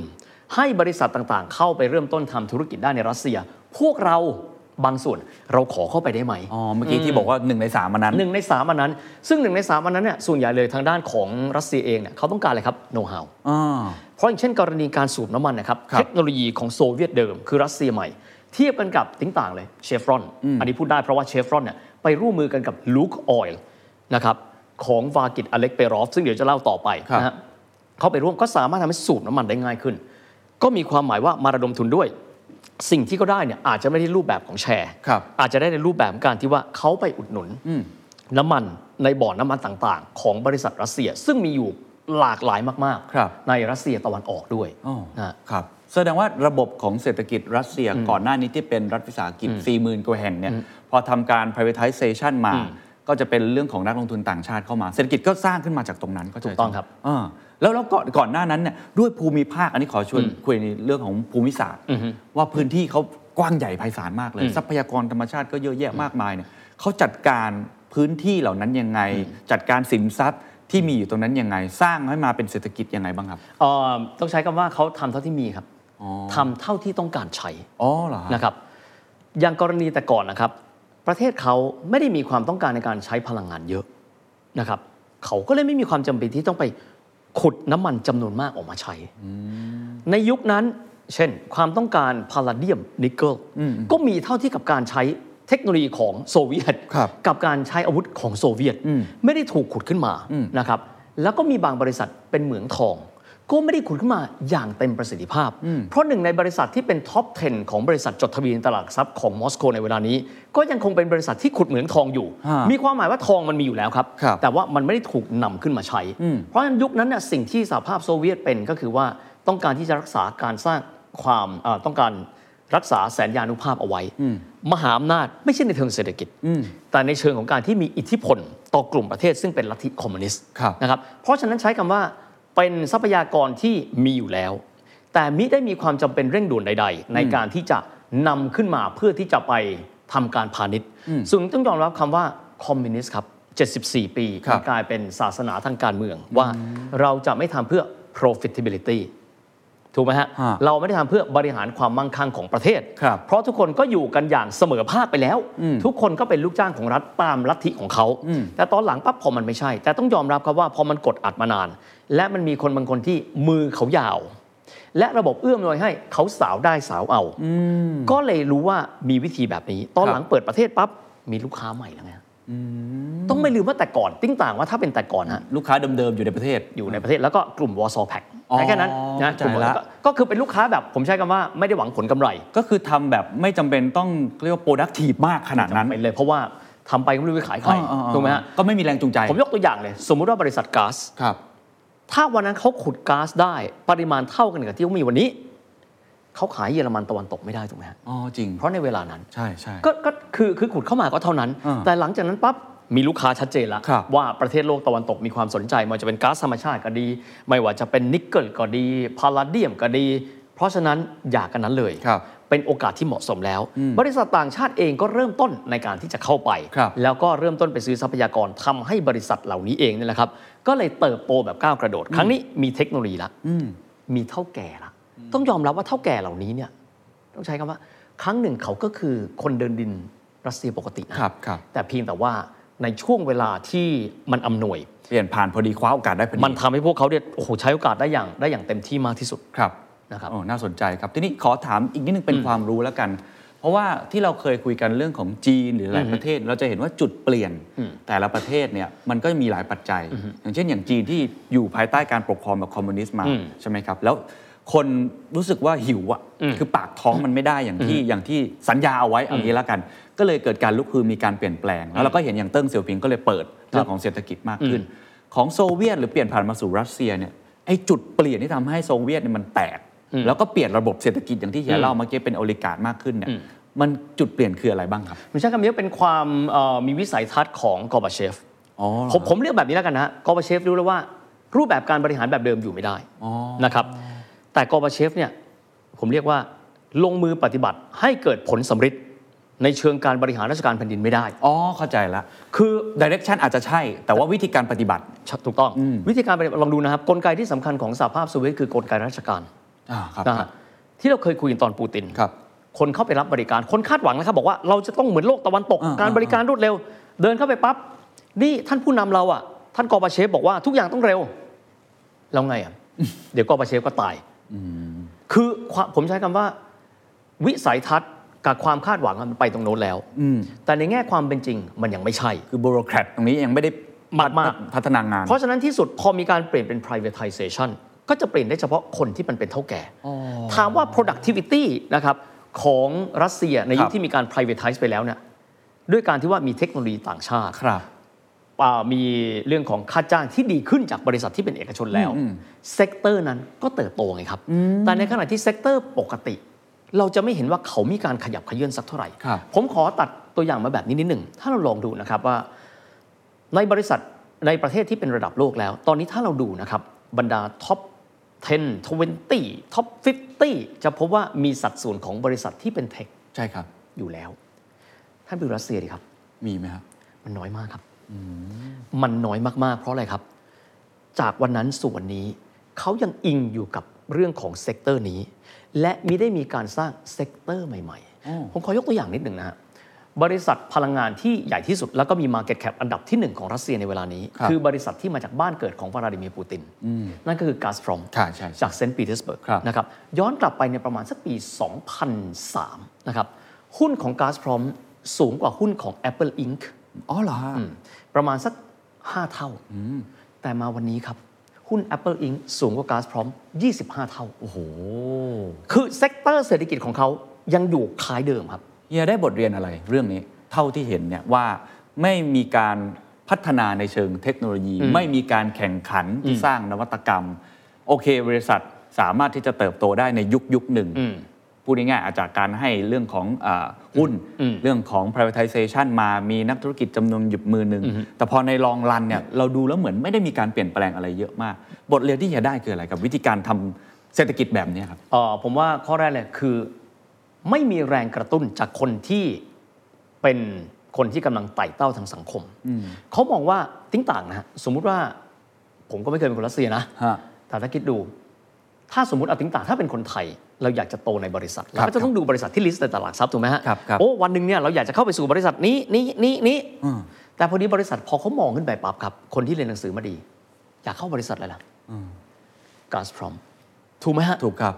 ให้บริษัทต่างๆ เข้าไปเริ่มต้นทำธุรกิจได้ในรัสเซีย พวกเราบางส่วนเราขอเข้าไปได้ไหม อ๋อ เมื่อกี้ที่บอกว่าหนึ่งในสามอันนั้น หนึ่งในสามอันนั้น ซึ่งหนึ่งในสามอันนั้นเนี่ยส่วนใหญ่เลยทางด้านของรัสเซียเองเนี่ยเขาต้องการอะไรครับโน้ตฮาว อ๋อ เพราะอย่างเช่นกรณีการสูบน้ำมันนะครับ ครับ เทคโนโลยีของโซเวียตเดิม คือรัสเซียใหม่ เทียบกันกับติ้งต่างเลยเชฟรอน อันนี้พูดได้เพราะว่าเชฟรอนเนี่ยไปร่วมมือกันกับลูคออยล์นะครับของวากิตอเล็กเปรอฟ ซึ่งเดี๋ยวจะเล่าต่อไป ครับ นะฮะเขาไปร่วมก็สามารถทำให้สูบน้ำมันได้ง่ายขึ้น ก็มีความหมายว่ามาระดมทุนด้วย สิ่งที่เขาได้เนี่ยอาจจะไม่ได้รูปแบบของแชร์ ครับ อาจจะได้ในรูปแบบการที่ว่าเขาไปอุดหนุน อืม น้ำมันในบ่อน้ำมันต่างๆ ของบริษัทรัสเซีย ซึ่งมีอยู่หลากหลายมาก ครับ ในรัสเซียตะวันออกด้วย อ๋อ นะ ครับ แสดงว่าระบบของเศรษฐกิจรัสเซียก่อนหน้านี้ที่เป็นรัฐวิสาหกิจ 40,000กว่าแห่งเนี่ย พอทำการ privatization มา อืม ก็จะเป็นเรื่องของนักลงทุนต่างชาติเข้ามา เศรษฐกิจก็สร้างขึ้นมาจากตรงนั้นก็ ถูกต้องครับ อ่าแล้วแล้วก่อนก่อนหน้านั้นเนี่ยด้วยภูมิภาค อันนี้ขอชวนคุยในเรื่องของภูมิศาสตร์ ว่าพื้นที่เขากว้างใหญ่ไพศาลมากเลย อืม ทรัพยากรธรรมชาติก็เยอะแยะมากมายเนี่ยเขาจัดการพื้นที่เหล่านั้นยังไง จัดการสินทรัพย์ที่มีอยู่ตรงนั้นยังไง สร้างให้มาเป็นเศรษฐกิจยังไงบ้างครับ เอ่อต้องใช้คำว่าเขาทำเท่าที่มีครับ อ๋อ ทำเท่าที่ต้องการใช้ อ๋อเหรอฮะ นะครับ อย่างกรณีแต่ก่อนนะครับ ประเทศเขาไม่ได้มีความต้องการในการใช้พลังงานเยอะนะครับ เขาก็เลยไม่มีความจำเป็นที่ต้องไปขุดน้ำมันจำนวนมากออกมาใช้ ในยุคนั้น เช่น ความต้องการพาลาเดียมนิกเกิลก็มีเท่าที่กับการใช้เทคโนโลยีของโซเวียต ครับ กับการใช้อาวุธของโซเวียต อืม ไม่ได้ถูกขุดขึ้นมา อืม นะครับ แล้วก็มีบางบริษัทเป็นเหมืองทอง ก็ไม่ได้ขุดขึ้นมาอย่างเต็มประสิทธิภาพ เพราะหนึ่งในบริษัทที่เป็นท็อป 10 ของบริษัทจดทะเบียนตลาดหลักทรัพย์ของมอสโกในเวลานี้ ก็ยังคงเป็นบริษัทที่ขุดเหมืองทองอยู่ ฮะ มีความหมายว่าทองมันมีอยู่แล้วครับ ครับ แต่ว่ามันไม่ได้ถูกนำขึ้นมาใช้ อืม เพราะฉะนั้นยุคนั้นเนี่ยสิ่งที่สหภาพโซเวียตเป็นก็คือว่าต้องการที่จะรักษาการสร้างความเอ่อต้องการรักษาแสนยานุภาพเอาไว้ มหาอำนาจไม่ใช่ในเชิงเศรษฐกิจ แต่ในเชิงของการที่มีอิทธิพลต่อกลุ่มประเทศซึ่งเป็นลัทธิคอมมิวนิสต์ ครับ นะครับเพราะฉะนั้นใช้คำว่าเป็นทรัพยากรที่มีอยู่แล้ว แต่มิได้มีความจำเป็นเร่งด่วนใด ๆ ในการที่จะนำขึ้นมาเพื่อที่จะไปทำการพาณิชย์ซึ่งต้องยอมรับคำว่าคอมมิวนิสต์ครับ 74 ปี ครับ มันกลายเป็นศาสนาทางการเมืองว่าเราจะไม่ทำเพื่อ profitability ถูกไหมฮะ ฮะ เราไม่ได้ทำเพื่อบริหารความมั่งคั่งของประเทศ ครับ เพราะทุกคนก็อยู่กันอย่างเสมอภาคไปแล้ว ทุกคนก็เป็นลูกจ้างของรัฐตามลัทธิของเขา แต่ตอนหลังปั๊บพอมันไม่ใช่ แต่ต้องยอมรับครับว่าพอมันกดอัดมานาน และมันมีคนบางคนที่มือเขายาว และระบบเอื้อมอำนวยให้เขาสาวได้สาวเอา ก็เลยรู้ว่ามีวิธีแบบนี้ ตอน ครับ หลังเปิดประเทศปั๊บมีลูกค้าใหม่แล้วไงต้องไม่ลืมว่าแต่ก่อนติ้งต่างว่าถ้าเป็นแต่ก่อนฮะ ลูกค้าเดิมๆอยู่ในประเทศ อยู่ในประเทศแล้วก็กลุ่มวอซอแพ็ก อ๋อ แค่นั้นนะ เข้าก ใจ ลุ่ม Warsaw ละ Pact ก็คือเป็นลูกค้าแบบผมใช้คำว่าไม่ได้หวังผลกำไร ก็คือทำแบบไม่จำเป็นต้องเรียกว่า productive มากขนาดนั้น ไปเลยเพราะว่าทำไปก็ไม่รู้ไปขายใคร อ่าๆๆ ถูกไหมฮะ ก็ไม่มีแรงจูงใจ ผมยกตัวอย่างเลย สมมุติว่าบริษัทก๊าซ ครับ ถ้าวันนั้นเขาขุดก๊าซได้ ปริมาณเท่ากันกับที่เขามีวันนี้ เขาขายเยอรมันตะวันตกไม่ได้ถูกไหมฮะ อ๋อจริง เพราะในเวลานั้น ใช่ใช่ ก็ก็คือคือขุดเข้ามาก็เท่านั้น อ่า แต่หลังจากนั้นปั๊บมีลูกค้าชัดเจนแล้ว ครับ ว่าประเทศโลกตะวันตกมีความสนใจไมันจะเป็นก๊าซธรรมชาติก็ดี ไม่ว่าจะเป็นนิกเกิลก็ดีพาลาเดียมก็ดี เพราะฉะนั้นอย่ากันนั้นเลย ครับ เป็นโอกาสที่เหมาะสมแล้ว บริษัทต่างชาติเองก็เริ่มต้นในการที่จะเข้าไป ครับ แล้วก็เริ่มต้นไปซื้อทรัพยากรทำให้บริษัทเหล่านี้เองเนี่ยแหละครับ ก็เลยเติบโตแบบก้าวกระโดด ครั้งนี้มีเทคโนโลยีละ อืม มีเท่าแก่ละต้องยอมรับว่าเท่าแก่เหล่านี้เนี่ยต้องใช้คำว่า ครั้งหนึ่งเขาก็คือคนเดินดินรัสเซียปกตินะครับ ครับ แต่เพียงแต่ว่าในช่วงเวลาที่มันอำนวย เปลี่ยนผ่านพอดีคว้าโอกาสได้พอดี มันทำให้พวกเขาเนี่ยโอ้โหใช้โอกาสได้อย่างได้อย่างเต็มที่มากที่สุด ครับ นะครับ โอ้น่าสนใจครับ ทีนี้ขอถามอีกนิดนึงเป็นความรู้แล้วกัน เพราะว่าที่เราเคยคุยกันเรื่องของจีนหรือหลายประเทศ เราจะเห็นว่าจุดเปลี่ยนแต่ละประเทศเนี่ยมันก็มีหลายปัจจัย อย่างเช่นอย่างจีนที่อยู่ภายใต้การปกครองแบบคอมมิวนิสต์มา อืม ใช่ไหมครับ แล้วคนรู้สึกว่าหิวอ่ะ อืม คือปากท้องมันไม่ได้อย่างที่อย่างที่สัญญาเอาไว้เอางี้แล้วกัน ก็เลยเกิดการลุกฮือมีการเปลี่ยนแปลง แล้วเราก็เห็นอย่างเติ้งเสี่ยวผิงก็เลยเปิดเรื่องของเศรษฐกิจมากขึ้น ของโซเวียตหรือเปลี่ยนผ่านมาสู่รัสเซียเนี่ยไอ้จุดเปลี่ยนที่ทำให้โซเวียตเนี่ยมันแตก แล้วก็เปลี่ยนระบบเศรษฐกิจอย่างที่เฮียเล่าเมื่อกี้เป็นโอลิการ์มากขึ้นเนี่ยมันจุดเปลี่ยนคืออะไรบ้างครับ ผมใช้คำนี้ว่าเป็นความเอ่อมีวิสัยทัศน์ของกอบาเชฟ อ๋อ ผมผมเรียกแบบนี้แล้วกันนะกอบาเชฟรู้แล้วว่า รูปแบบการบริหารแบบเดิมอยู่ไม่ได้ อ๋อ นะครับ แต่กอบาเชฟเนี่ยผมเรียกว่าลงมือปฏิบัติให้เกิดผลสำเร็จในเชิงการบริหารราชการแผ่นดินไม่ได้ อ๋อเข้าใจละ คือ ดิเรกชันอาจจะใช่ แต่ว่าวิธีการปฏิบัติ ถูกต้อง วิธีการปฏิบัติลองดูนะครับ กลไกที่สำคัญของสหภาพโซเวียตคือกลไกราชการ อ่าครับ นะฮะที่เราเคยคุยกันตอนปูติน ครับ คนเข้าไปรับบริการ คนคาดหวังนะครับ บอกว่าเราจะต้องเหมือนโลกตะวันตก อ่า การบริการรวดเร็ว เดินเข้าไปปั๊บ นี่ท่านผู้นำเราอ่ะ ท่านกอบาเชฟบอกว่าทุกอย่างต้องเร็ว แล้วไงอ่ะ เดี๋ยวกอบาเชฟก็ตาย คือความผมใช้คำว่า วิสัยทัศน์กับความคาดหวังอะมันไปตรงโน้นแล้ว อืม แต่ในแง่ความเป็นจริงมันยังไม่ใช่ คือบูโรแครตตรงนี้ยังไม่ได้ มากมาก พัฒนางาน เพราะฉะนั้นที่สุดพอมีการเปลี่ยนเป็น privatization ก็จะเปลี่ยนได้เฉพาะคนที่มันเป็นเท่าแก่ ถามว่า productivity นะครับของรัสเซียในยุ ค ครับ ที่มีการ privatize ไปแล้วเนี่ยด้วยการที่ว่ามีเทคโนโลยีต่างชาติ ครับ อ่ามีเรื่องของค่าจ้างที่ดีขึ้นจากบริษัทที่เป็นเอกชนแล้ว เซกเตอร์นั้นก็เติบโตไงครับ แต่ในขณะที่เซกเตอร์ปกติ เราจะไม่เห็นว่าเขามีการขยับเขยื่อนสักเท่าไหร่ ครับ ผมขอตัดตัวอย่างมาแบบนี้นิดหนึ่ง ถ้าเราลองดูนะครับว่า ในบริษัทในประเทศที่เป็นระดับโลกแล้ว ตอนนี้ถ้าเราดูนะครับ บรรดาท็อป 10 20 ท็อป 50 จะพบว่ามีสัดส่วนของบริษัทที่เป็นเทค ใช่ครับ อยู่แล้ว ท่านไปดูรัสเซียดีครับ มีไหมครับ มันน้อยมากครับ มันน้อยมาก ๆ เพราะอะไรครับ จากวันนั้นสู่วันนี้ เขายังอิงอยู่กับเรื่องของเซกเตอร์นี้ และมิได้มีการสร้างเซกเตอร์ใหม่ อ๋อ ๆ ผมขอยกตัวอย่างนิดหนึ่งนะฮะบริษัทพลังงานที่ใหญ่ที่สุด แล้วก็มี Market Cap อันดับที่หนึ่งของรัสเซียในเวลานี้ ครับ คือบริษัทที่มาจากบ้านเกิดของวลาดิเมียร์ปูติน นั่นก็คือกาซฟรอม ใช่ใช่ใช่ จากเซนต์ปีเตอร์สเบิร์ก ครับ นะครับย้อนกลับไปในยประมาณสักปี 2003 นะครับหุ้นของกาซฟรอมสูงกว่าหุ้นของ Apple Inc. อ๋อเหรอฮะ ประมาณสัก 5 เท่า แต่มาวันนี้ครับ หุ้น Apple Inc. สูงกว่าก๊าซพร้อม 25 เท่า โอ้โห คือเซกเตอร์เศรษฐกิจของเขายังอยู่คล้ายเดิมครับ เฮียได้บทเรียนอะไรเรื่องนี้ เท่าที่เห็นเนี่ยว่าไม่มีการพัฒนาในเชิงเทคโนโลยี ไม่มีการแข่งขันที่สร้างนวัตกรรม โอเค บริษัทสามารถที่จะเติบโตได้ในยุคยุคหนึ่งพูดง่ายๆอาจจากการให้เรื่องของอาหุ้นเรื่องของ privatization มามีนักธุรกิจจำนวนหยิบมือหนึ่งแต่พอในลองรันเนี่ยเราดูแล้วเหมือนไม่ได้มีการเปลี่ยนแปลงอะไรเยอะมาก บทเรียนที่เฮียได้คืออะไรกับวิธีการทำเศรษฐกิจแบบเนี้ยครับ เอ่อผมว่าข้อแรกเลยคือไม่มีแรงกระตุ้นจากคนที่เป็นคนที่กำลังไต่เต้าทางสังคม เขามองว่าติ้งต่างนะฮะสมมุติว่าผมก็ไม่เคยเป็นคนรัสเซียนะ ฮะ แต่ถ้าคิดดู ถ้าสมมติเอาถึงต่างถ้าเป็นคนไทย เราอยากจะโตในบริษัท ครั เรา บ ก็จะต้องดูบริษัทที่ลิสต์ในตลาดทรัพย์ถูกไหมฮะ ครับครับ โอ้วันหนึ่งเนี่ยเราอยากจะเข้าไปสู่บริษัทนี้นี้นี้นี้แต่พอดีบริษัทพอเขามองขึ้นไปปั๊บครับคนที่เรียนหนังสือมาดี อยากเข้าบริษัทอะไรล่ะกาสพรอมถูกไหมฮะ ถูกครับ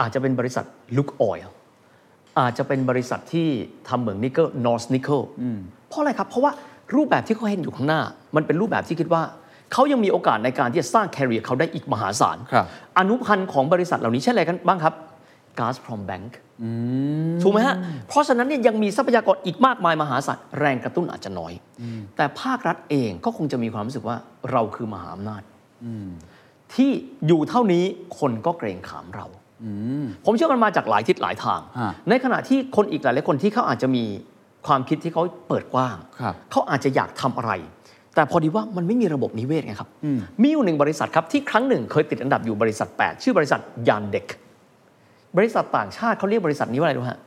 อาจจะเป็นบริษัทลุกออยล์อาจจะเป็นบริษัทที่ทำเหมืองนิกเกิลนอร์สนิกเกิลเพราะอะไรครับ เพราะว่ารูปแบบที่เขาเห็นอยู่ข้างหน้า มันเป็นรูปแบบที่คิดว่า เขายังมีโอกาสในการที่จะสร้างแคริเอร์เขาได้อีกมหาศาล ครับ อนุพันธ์ของบริษัทเหล่านี้เช่นอะไรกันบ้างครับก a ซพรอมแบงก์ถูกไหมฮะ เพราะฉะนั้นเนี่ยยังมีทรัพยากรอีกมากมายมหาศาลแรงกระตุ้นอาจจะน้อย แต่ภาครัฐเองก็คงจะมีความรู้สึกว่าเราคือมหาอำนาจ ที่อยู่เท่านี้คนก็เกรงขามเรา ผมเชื่อมันมาจากหลายทิศหลายทาง ฮะ ในขณะที่คนอีกหลายหลายๆคนที่เขาอาจจะมีความคิดที่เขาเปิดกว้าง ครับ เขาอาจจะอยากทำอะไร แต่พอดีว่ามันไม่มีระบบนิเวศไงครับ มีอยู่หนึ่งบริษัทครับ ที่ครั้งหนึ่งเคยติดอันดับอยู่บริษัท 8 ชื่อบริษัทยานเด็ก บริษัทต่างชาติเขาเรียกบริษัทนี้ว่าอะไรรู้ฮะ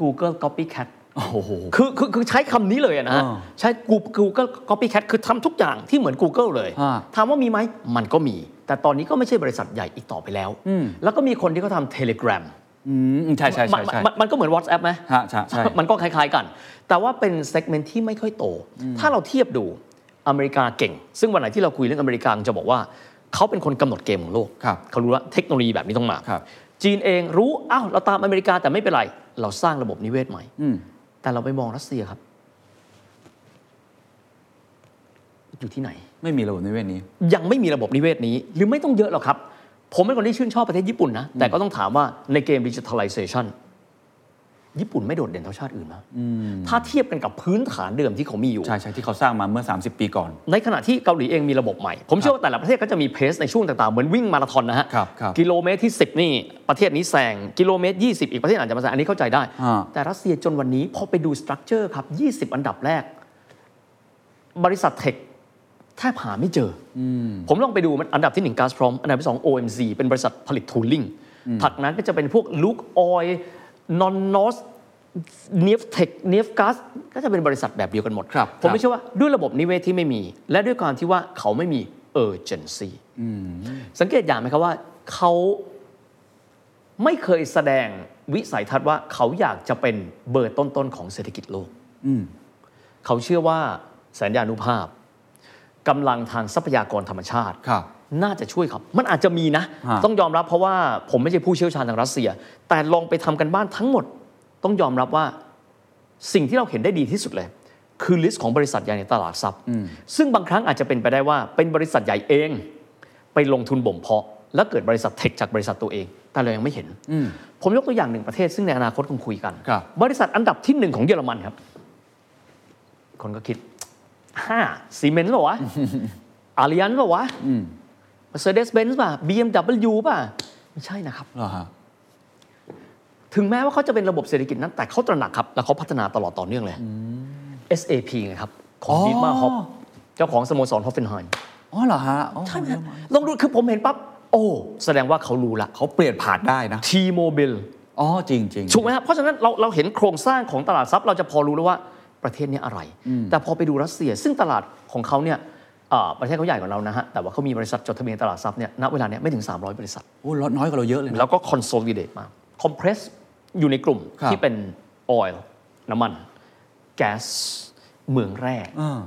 Google Copycat โอ้โห คือคือคือใช้คำนี้เลยอะนะฮะ อ่า ใช้ Google Google Copycat คือทำทุกอย่างที่เหมือน Google เลย อ่า ถามว่ามีไหมมันก็มี แต่ตอนนี้ก็ไม่ใช่บริษัทใหญ่อีกต่อไปแล้ว อืม แล้วก็มีคนที่เขาทำ Telegram อืมใช่ใช่ มั ใช่ น ใช่ มันมันก็เหมือน WhatsApp ไหม ฮะใช่ใช่ มันก็คล้ายๆกัน แต่ว่าเป็นเซกเมนต์ที่ไม่ค่อยโต ถ้าเราเทียบดูอเมริกาเก่ง ซึ่งวันไหนที่เราคุยเรื่องอเมริกาจะบอกว่า เขาเป็นคนกำหนดเกมของโลก ครับ เขารู้ว่าเทคโนโลยีแบบนี้ต้องมา ครับ จีนเองรู้อ้าวเราตามอเมริกาแต่ไม่เป็นไร เราสร้างระบบนิเวศใหม่ อืม แต่เราไปมองรัสเซียครับ อยู่ที่ไหน ไม่มีระบบนิเวศนี้ ยังไม่มีระบบนิเวศนี้ หรือไม่ต้องเยอะหรอกครับ ผมเป็นคนที่ชื่นชอบประเทศญี่ปุ่นนะ แต่ก็ต้องถามว่าในเกมดิจิทัลไลเซชันญี่ปุ่นไม่โดดเด่นเท่าชาติอื่นนะถ้าเทียบกันกับพื้นฐานเดิมที่เขามีอยู่ ใช่ใช่ที่เขาสร้างมาเมื่อ 30 ปีก่อน ในขณะที่เกาหลีเองมีระบบใหม่ ผมเชื่อว่าแต่ละประเทศก็จะมีเพสในช่วงต่างๆ เหมือนวิ่งมาราธอนนะฮะ ครับครับ กิโลเมตรที่ 10 นี่ ประเทศนี้แซงกิโลเมตร 20 อีกประเทศอาจจะมาแซงอันนี้เข้าใจได้ อ่า แต่รัสเซียจนวันนี้พอไปดูสตรัคเจอร์ครับ 20 อันดับแรก บริษัทเทคแทบหาไม่เจออผมลองไปดูมันอันดับที่1 g a z p r o m อันดับที่ 2 OMZ เป็นบริษัทผลิตทูลิงถัดนั้นก็จะเป็นพวกลูกออยนอนนอสเนฟเทคเนฟก๊สก็จะเป็นบริษัทแบบเดียวกันหมด ครับ ผม ครั ไม่ บ เชื่อว่าด้วยระบบนิเวศที่ไม่มี และด้วยความที่ว่าเขาไม่มี urgency สังเกตอย่างไหมครับว่าเขาไม่เคยแสดงวิสัยทัศน์ว่าเขาอยากจะเป็นเบอร์ต้นๆของเศรษฐกิจโลก เขาเชื่อว่าสัญญานุภาพกำลังทางทรัพยากรธรรมชาติ ครับ น่าจะช่วยครับ มันอาจจะมีนะ ฮะ ต้องยอมรับเพราะว่าผมไม่ใช่ผู้เชี่ยวชาญทางรัสเซีย แต่ลองไปทำกันบ้านทั้งหมด ต้องยอมรับว่าสิ่งที่เราเห็นได้ดีที่สุดเลย คือลิสต์ของบริษัทใหญ่ในตลาดทรัพย์ ซึ่งบางครั้งอาจจะเป็นไปได้ว่าเป็นบริษัทใหญ่เอง ไปลงทุนบ่มเพาะ แล้วเกิดบริษัทเทคจากบริษัทตัวเอง แต่เรายังไม่เห็น ผมยกตัวอย่างหนึ่งประเทศซึ่งในอนาคตคงคุยกัน ครับ ริษัทอันดับที่หนึ่งของเยอรมันครับ คนก็คิดห้าซีเมนต์เหรอวะ อาริยันป่าวะ Mercedes Benz ป่ะ BMW ป่ะ ไม่ใช่นะครับ เหรอฮะ ถึงแม้ว่าเขาจะเป็นระบบเศรษฐกิจนั้น แต่เขาตระหนักครับ แล้วเขาพัฒนาตลอดต่อเนื่องเลย SAP ไงครับ ของ อ๋อ ดีมาฮอปเจ้าของสโมสรฮอฟเฟนไฮม์ อ๋อเหรอฮะอ๋อ ใช่ไหมฮะลองดูคือผมเห็นปั๊บ โอ้ แสดงว่าเขารู้ละ เขาเปลี่ยนผ่านได้นะ ทีโมบิล อ๋อจริงจริง ถูกไหมครับเพราะฉะนั้นเราเราเห็นโครงสร้างของตลาดทรัพย์เราจะพอรู้แล้วว่าประเทศเนี้อะไร แต่พอไปดูรัสเซีย ซึ่งตลาดของเขาเนี่ยเอ่อประเทศเขาใหญ่กว่าเรานะฮะแต่ว่าเขามีบริษัทจดทะเบียนตลาดทรัพย์เนี่ยณเวลาเนี้ยไม่ถึง 300 บริษัท โอ้ลดน้อยกว่าเราเยอะเลยนะ แล้วก็ consolidate มา compress อยู่ในกลุ่ม ครับ ที่เป็น oil น้ำมัน แก๊ส เมืองแร่ อ่า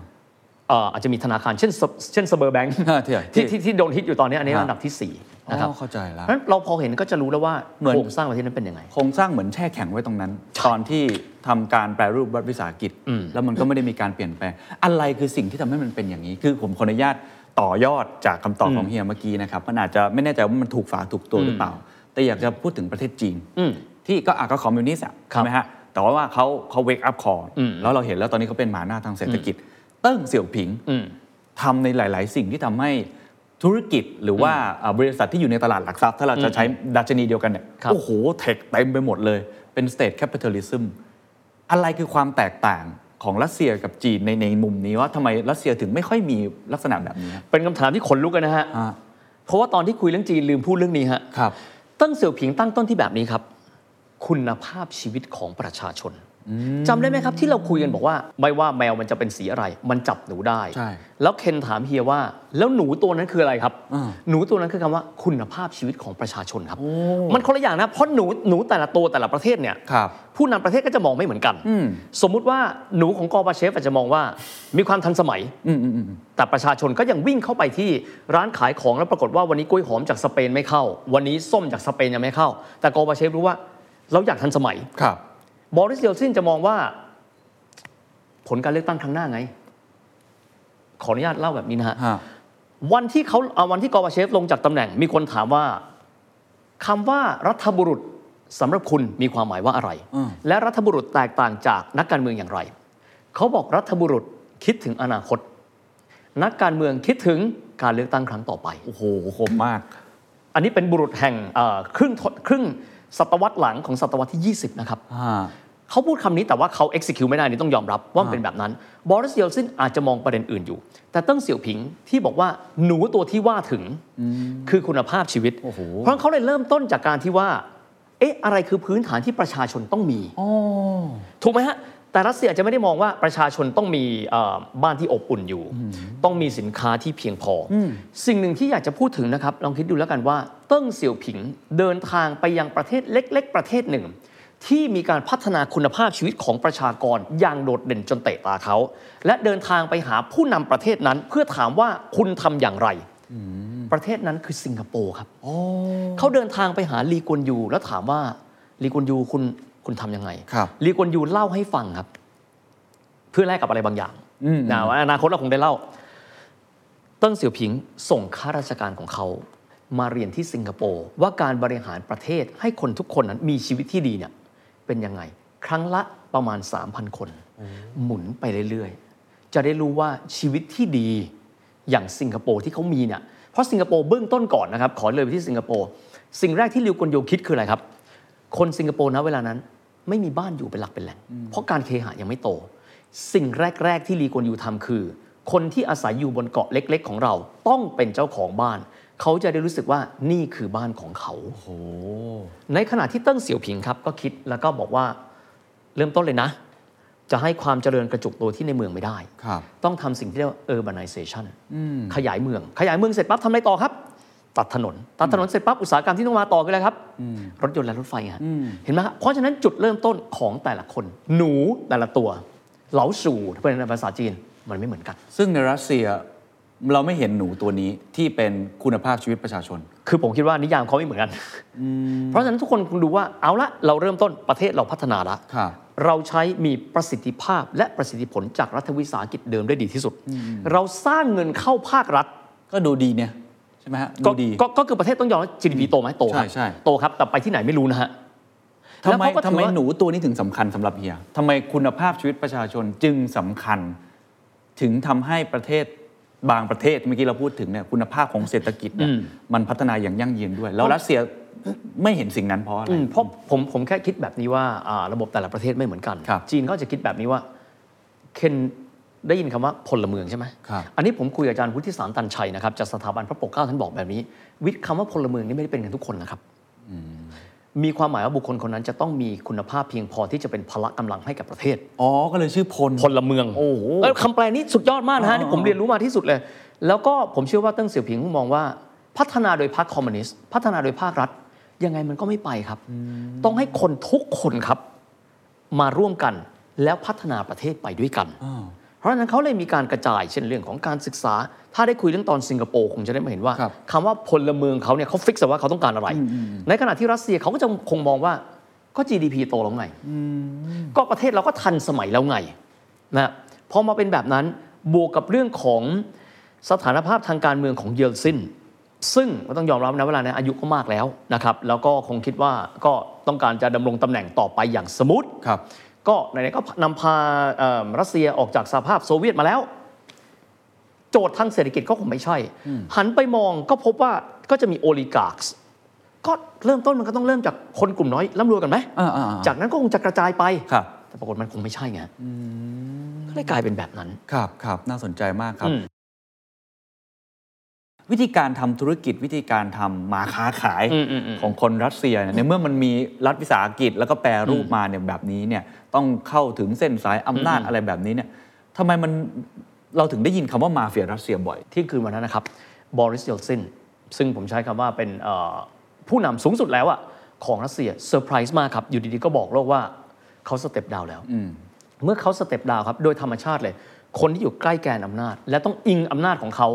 เอ่ออาจจะมีธนาคารเช่น Sub- เช่น Sberbank อ่าที่ที่ ที่ที่ที่โดนฮิตอยู่ตอนนี้อันนี้ ครับ อันดับที่ 4 นะ นะ ค ค รั รั บบ เข้าใจแล้ว เพราะฉะนั้นเราพอเห็นก็จะรู้แล้วว่า เหมือน โครงสร้างประเทศนั้นเป็นยังไง โครงสร้างเหมือนแช่แข็งไว้ตรงนั้น ตอนที่ทำการแปรรูปรัฐวิสาหกิจ แล้วมันก็ไม่ได้มีการเปลี่ยนแปลง อะไรคือสิ่งที่ทำให้มันเป็นอย่างนี้ คือผมขออนุญาตต่อยอดจากคำตอบของเฮียเมื่อกี้นะครับ มันอาจจะไม่แน่ใจว่ามันถูกฝาถูกตัวหรือเปล่า แต่อยากจะพูดถึงประเทศจีน อืม ที่ก็อาจก็คอมมิวนิสต์อะ ครับ ใช่ไหมฮะ แต่ว่าเขาเขาเวกอัพคอร์ อืม แล้วเราเห็นแล้วตอนนี้เขาเป็นหมาหน้าทางเศรษฐกิจ เติ้งเสี่ยวผิง อืม ทำในหลาย ๆ สิ่งที่ทำให้ธุรกิจหรือว่าอ่าบริษัทที่อยู่ในตลาดหลักทรัพย์ ถ้าเราจะใช้ดัชนีเดียวกันเนี่ย ครับ โอ้โห เทคเต็มไปหมดเลย เป็น state capitalism อะไรคือความแตกต่างของรัสเซียกับจีนในในมุมนี้ว่าทำไมรัสเซียถึงไม่ค่อยมีลักษณะแบบนี้ เป็นคำถามที่ขนลุกกันนะฮะ อ่า เพราะว่าตอนที่คุยเรื่องจีนลืมพูดเรื่องนี้ฮะ ครับ เตั้งเสี่ยวผิงตั้งต้นที่แบบนี้ครับ คุณภาพชีวิตของประชาชน จำได้ไหมครับที่เราคุยกันบอกว่า ไม่ว่าแมวมันจะเป็นสีอะไร มันจับหนูได้ ใช่ แล้วเคนถามเฮียว่า แล้วหนูตัวนั้นคืออะไรครับ อ่า หนูตัวนั้นคือคำว่าคุณภาพชีวิตของประชาชนครับ มันคนละอย่างนะเพราะหนูหนูแต่ละตัวแต่ละประเทศเนี่ย ครับ ผู้นำประเทศก็จะมองไม่เหมือนกัน อืม สมมุติว่าหนูของกอบาเชฟอาจจะมองว่ามีความทันสมัย อืมอืมอืม แต่ประชาชนก็ยังวิ่งเข้าไปที่ร้านขายของแล้วปรากฏว่าวันนี้กล้วยหอมจากสเปนไม่เข้า วันนี้ส้มจากสเปนยังไม่เข้า แต่กอบาเชฟรู้ว่าเราอยากทันสมัย ครับ บอริสเยลซินจะมองว่า ผลการเลือกตั้งครั้งหน้าไง ขออนุญาตเล่าแบบนี้นะฮะ ฮะ วันที่เขาเอาวันที่กอบาเชฟลงจากตำแหน่ง มีคนถามว่าคำว่ารัฐบุรุษสำหรับคุณมีความหมายว่าอะไร อืม และรัฐบุรุษแตกต่างจากนักการเมืองอย่างไร เขาบอกรัฐบุรุษคิดถึงอนาคต นักการเมืองคิดถึงการเลือกตั้งครั้งต่อไป โอ้โหคมมาก อันนี้เป็นบุรุษแห่งเอ่อครึ่งทศครึ่งศตวรรษหลังของศตวรรษที่ 20 นะครับ อ่า เขาพูดคำนี้แต่ว่าเขา execute ไม่ได้นี่ต้องยอมรับว่ามันเป็นแบบนั้นบอริสเยลซินอาจจะมองประเด็นอื่นอยู่ แต่เติ้งเสี่ยวผิงที่บอกว่าหนูตัวที่ว่าถึงคือคุณภาพชีวิต โอ้โห เพราะเขาเลยเริ่มต้นจากการที่ว่า เอ๊ะ อะไรคือพื้นฐานที่ประชาชนต้องมี โอ้ ถูกไหมฮะ แต่รัสเซียอาจจะไม่ได้มองว่าประชาชนต้องมีเอ่อบ้านที่อบอุ่นอยู่ ต้องมีสินค้าที่เพียงพออสิ่งหนึ่งที่อยากจะพูดถึงนะครับ ลองคิดดูแล้วกันว่า เติ้งเสี่ยวผิงเดินทางไปยังประเทศเล็ก ๆ ประเทศหนึ่ง ที่มีการพัฒนาคุณภาพชีวิตของประชากรอย่างโดดเด่นจนเตะตาเขา และเดินทางไปหาผู้นำประเทศนั้น เพื่อถามว่าคุณทำอย่างไร ประเทศนั้นคือสิงคโปร์ครับ เขาเดินทางไปหาลีกวนยูแล้วถามว่าลีกวนยูคุณคุณทำยังไง ครับ ลีกวนยูเล่าให้ฟังครับ เพื่อแลกกับอะไรบางอย่าง อืม นะว่าอนาคตเราคงได้เล่า เติ้งเสี่ยวผิงส่งข้าราชการของเขา มาเรียนที่สิงคโปร์ว่าการบริหารประเทศให้คนทุกคนนั้นมีชีวิตที่ดีเนี่ยเป็นยังไง ครั้งละประมาณ 3,000 คน หมุนไปเรื่อยๆ จะได้รู้ว่าชีวิตที่ดีอย่างสิงคโปร์ที่เขามีเนี่ยเพราะสิงคโปร์เบื้องต้นก่อนนะครับ ขอเลยไปที่สิงคโปร์สิ่งแรกที่ลิวกวนโยคิดคืออะไรครับ คนสิงคโปร์นะเวลานั้น ไม่มีบ้านอยู่เป็นหลักเป็นแหล่ง เพราะการเคหะยังไม่โต สิ่งแรก ๆ ที่ลีกวนยูทำคือ คนที่อาศัยอยู่บนเกาะเล็ก ๆ ของเราต้องเป็นเจ้าของบ้าน เขาจะได้รู้สึกว่านี่คือบ้านของเขา โอ้ ในขณะที่เติ้งเสี่ยวผิงครับก็คิดแล้วก็บอกว่าเริ่มต้นเลยนะ จะให้ความเจริญกระจุกตัวที่ในเมืองไม่ได้ ครับ ต้องทำสิ่งที่เรียกว่า urbanization ขยายเมือง ขยายเมืองเสร็จปั๊บทำอะไรต่อครับ ตัดถนน ตัดถนนเสร็จปั๊บอุตสาหกรรมที่ต้องมาต่อคืออะไรครับ รถยนต์และรถไฟฮะเห็นไหมฮะเพราะฉะนั้นจุดเริ่มต้นของแต่ละคน หนูแต่ละตัว เหลาสู่ถ้าเป็นภาษาจีนมันไม่เหมือนกัน ซึ่งในรัสเซียเราไม่เห็นหนูตัวนี้ที่เป็นคุณภาพชีวิตประชาชน คือผมคิดว่านิยามเขาไม่เหมือนกัน เพราะฉะนั้นทุกคนคงดูว่าเอาละเราเริ่มต้นประเทศเราพัฒนาละ ครับ เราใช้มีประสิทธิภาพและประสิทธิผลจากรัฐวิสาหกิจเดิมได้ดีที่สุด เราสร้างเงินเข้าภาครัฐ ก็ดูดีเนี่ย ใช่ไหมฮะ ก็ ดูดี ก็ก็คือประเทศต้องยอมรับ GDP โตไหมโตค ใช่ รับ ใช่ โตครับ แต่ไปที่ไหนไม่รู้นะฮะ ทำไม แล้วเขาก็ถือว่า ทำไมหนูตัวนี้ถึงสำคัญสำหรับเฮียทำไมคุณภาพชีวิตประชาชนจึงสำคัญ ถึงทำให้ประเทศบางประเทศเมื่อกี้เราพูดถึงเนี่ยคุณภาพของเศรษฐกิจเนี่ยมันพัฒนาอย่างยั่งยืนด้วย แล้วรัสเซียไม่เห็นสิ่งนั้นเพราะอะไร อืมเพราะผมผมแค่คิดแบบนี้ว่าอ่าระบบแต่ละประเทศไม่เหมือนกัน ครับ จีนก็จะคิดแบบนี้ว่าเคนได้ยินคำว่าพลเมืองใช่ไหม ครับ อันนี้ผมคุยกับอาจารย์วุฒิสารตันชัยนะครับจากสถาบันพระปกเกล้าท่านบอกแบบนี้ วิทย์คำว่าพลเมืองนี่ไม่ได้เป็นกันทุกคนนะครับมีความหมายว่าบุคคลคนนั้นจะต้องมีคุณภาพเพียงพอที่จะเป็นพละกำลังให้กับประเทศ ๋อก็เลยชื่อพล พลเมือง โอ้โห เยคำแปลนี้สุดยอดมากนะฮะ อ่า ที่ผมเรียนรู้มาที่สุดเลย แล้วก็ผมเชื่อว่าเติ้งเสี่ยวผิงมองว่า พัฒนาโดยพรรคคอมมิวนิสต์พัฒนาโดยภาครัฐ ยังไงมันก็ไม่ไปครับ ต้องให้คนทุกคนครับ มาร่วมกันแล้วพัฒนาประเทศไปด้วยกัน อ้าว เพราะฉะนั้นเขาเลยมีการกระจายเช่นเรื่องของการศึกษา ถ้าได้คุยเรื่องตอนสิงคโปร์คงจะได้มาเห็นว่า ครับ คำว่าพลเมืองเขาเนี่ยเขาฟิกซ์ว่าเขาต้องการอะไร ในขณะที่รัสเซียเขาก็จะคงมองว่าก็ GDP โตแล้วไง ก็ประเทศเราก็ทันสมัยแล้วไงนะพอมาเป็นแบบนั้นบวกกับเรื่องของสถานภาพทางการเมืองของเยลซิน ซึ่งก็ต้องยอมรับนะเวลานั้นอายุก็มากแล้วนะครับแล้วก็คงคิดว่าก็ต้องการจะดำรงตำแหน่งต่อไปอย่างสมูท ครับ ก็ไหนๆก็นำพาเอ่อรัสเซียออกจากสหภาพโซเวียตมาแล้ว โจทย์ทางเศรษฐกิจก็คงไม่ใช่ หันไปมองก็พบว่าก็จะมีโอลิการ์คก็เริ่มต้นมันก็ต้องเริ่มจากคนกลุ่มน้อยร่ำรวยกันไหม อ่าๆๆ จากนั้นก็คงจะกระจายไป ครับ แต่ปรากฏมันคงไม่ใช่ไงก็เลยกลายเป็นแบบนั้น ครับครับน่าสนใจมากครับ อืม วิธีการทำธุรกิจวิธีการทำมาค้าขาย อืมอืมอืม ของคนรัสเซียเนี่ยในเมื่อมันมีรัฐวิสาหกิจแล้วก็แปรรูปมาเนี่ยแบบนี้เนี่ยต้องเข้าถึงเส้นสายอำนาจอะไรแบบนี้เนี่ยทำไมมันเราถึงได้ยินคำว่ามาเฟียรัสเซียบ่อย เที่ยงคืนวันนั้นนะครับบอริสเยลซินซึ่งผมใช้คำว่าเป็นเอ่อผู้นำสูงสุดแล้วอะของรัสเซียเซอร์ไพรส์มากครับ อยู่ดีๆ ก็บอกโลกว่าเขาสเต็ปดาวน์แล้ว เมื่อเขาสเต็ปดาวน์ครับ โดยธรรมชาติเลย คนที่อยู่ใกล้แกนอำนาจ และต้องอิงอำนาจของเขา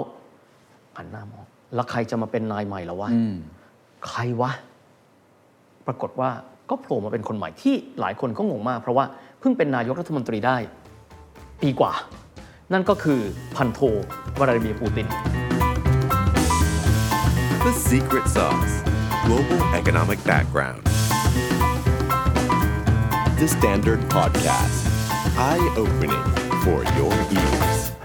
หันหน้ามอง แล้วใครจะมาเป็นนายใหม่แล้ววะ ใครวะ ปรากฏว่าก็โผล่มาเป็นคนใหม่ที่หลายคนก็งงมาก เพราะว่าเพิ่งเป็นนายกรัฐมนตรีได้ ปีกว่า นั่นก็คือพันโทวลาดิเมียร์ปูติน The Secret Sauce Global Economic Background. The Standard Podcast. Eye opening for your ears.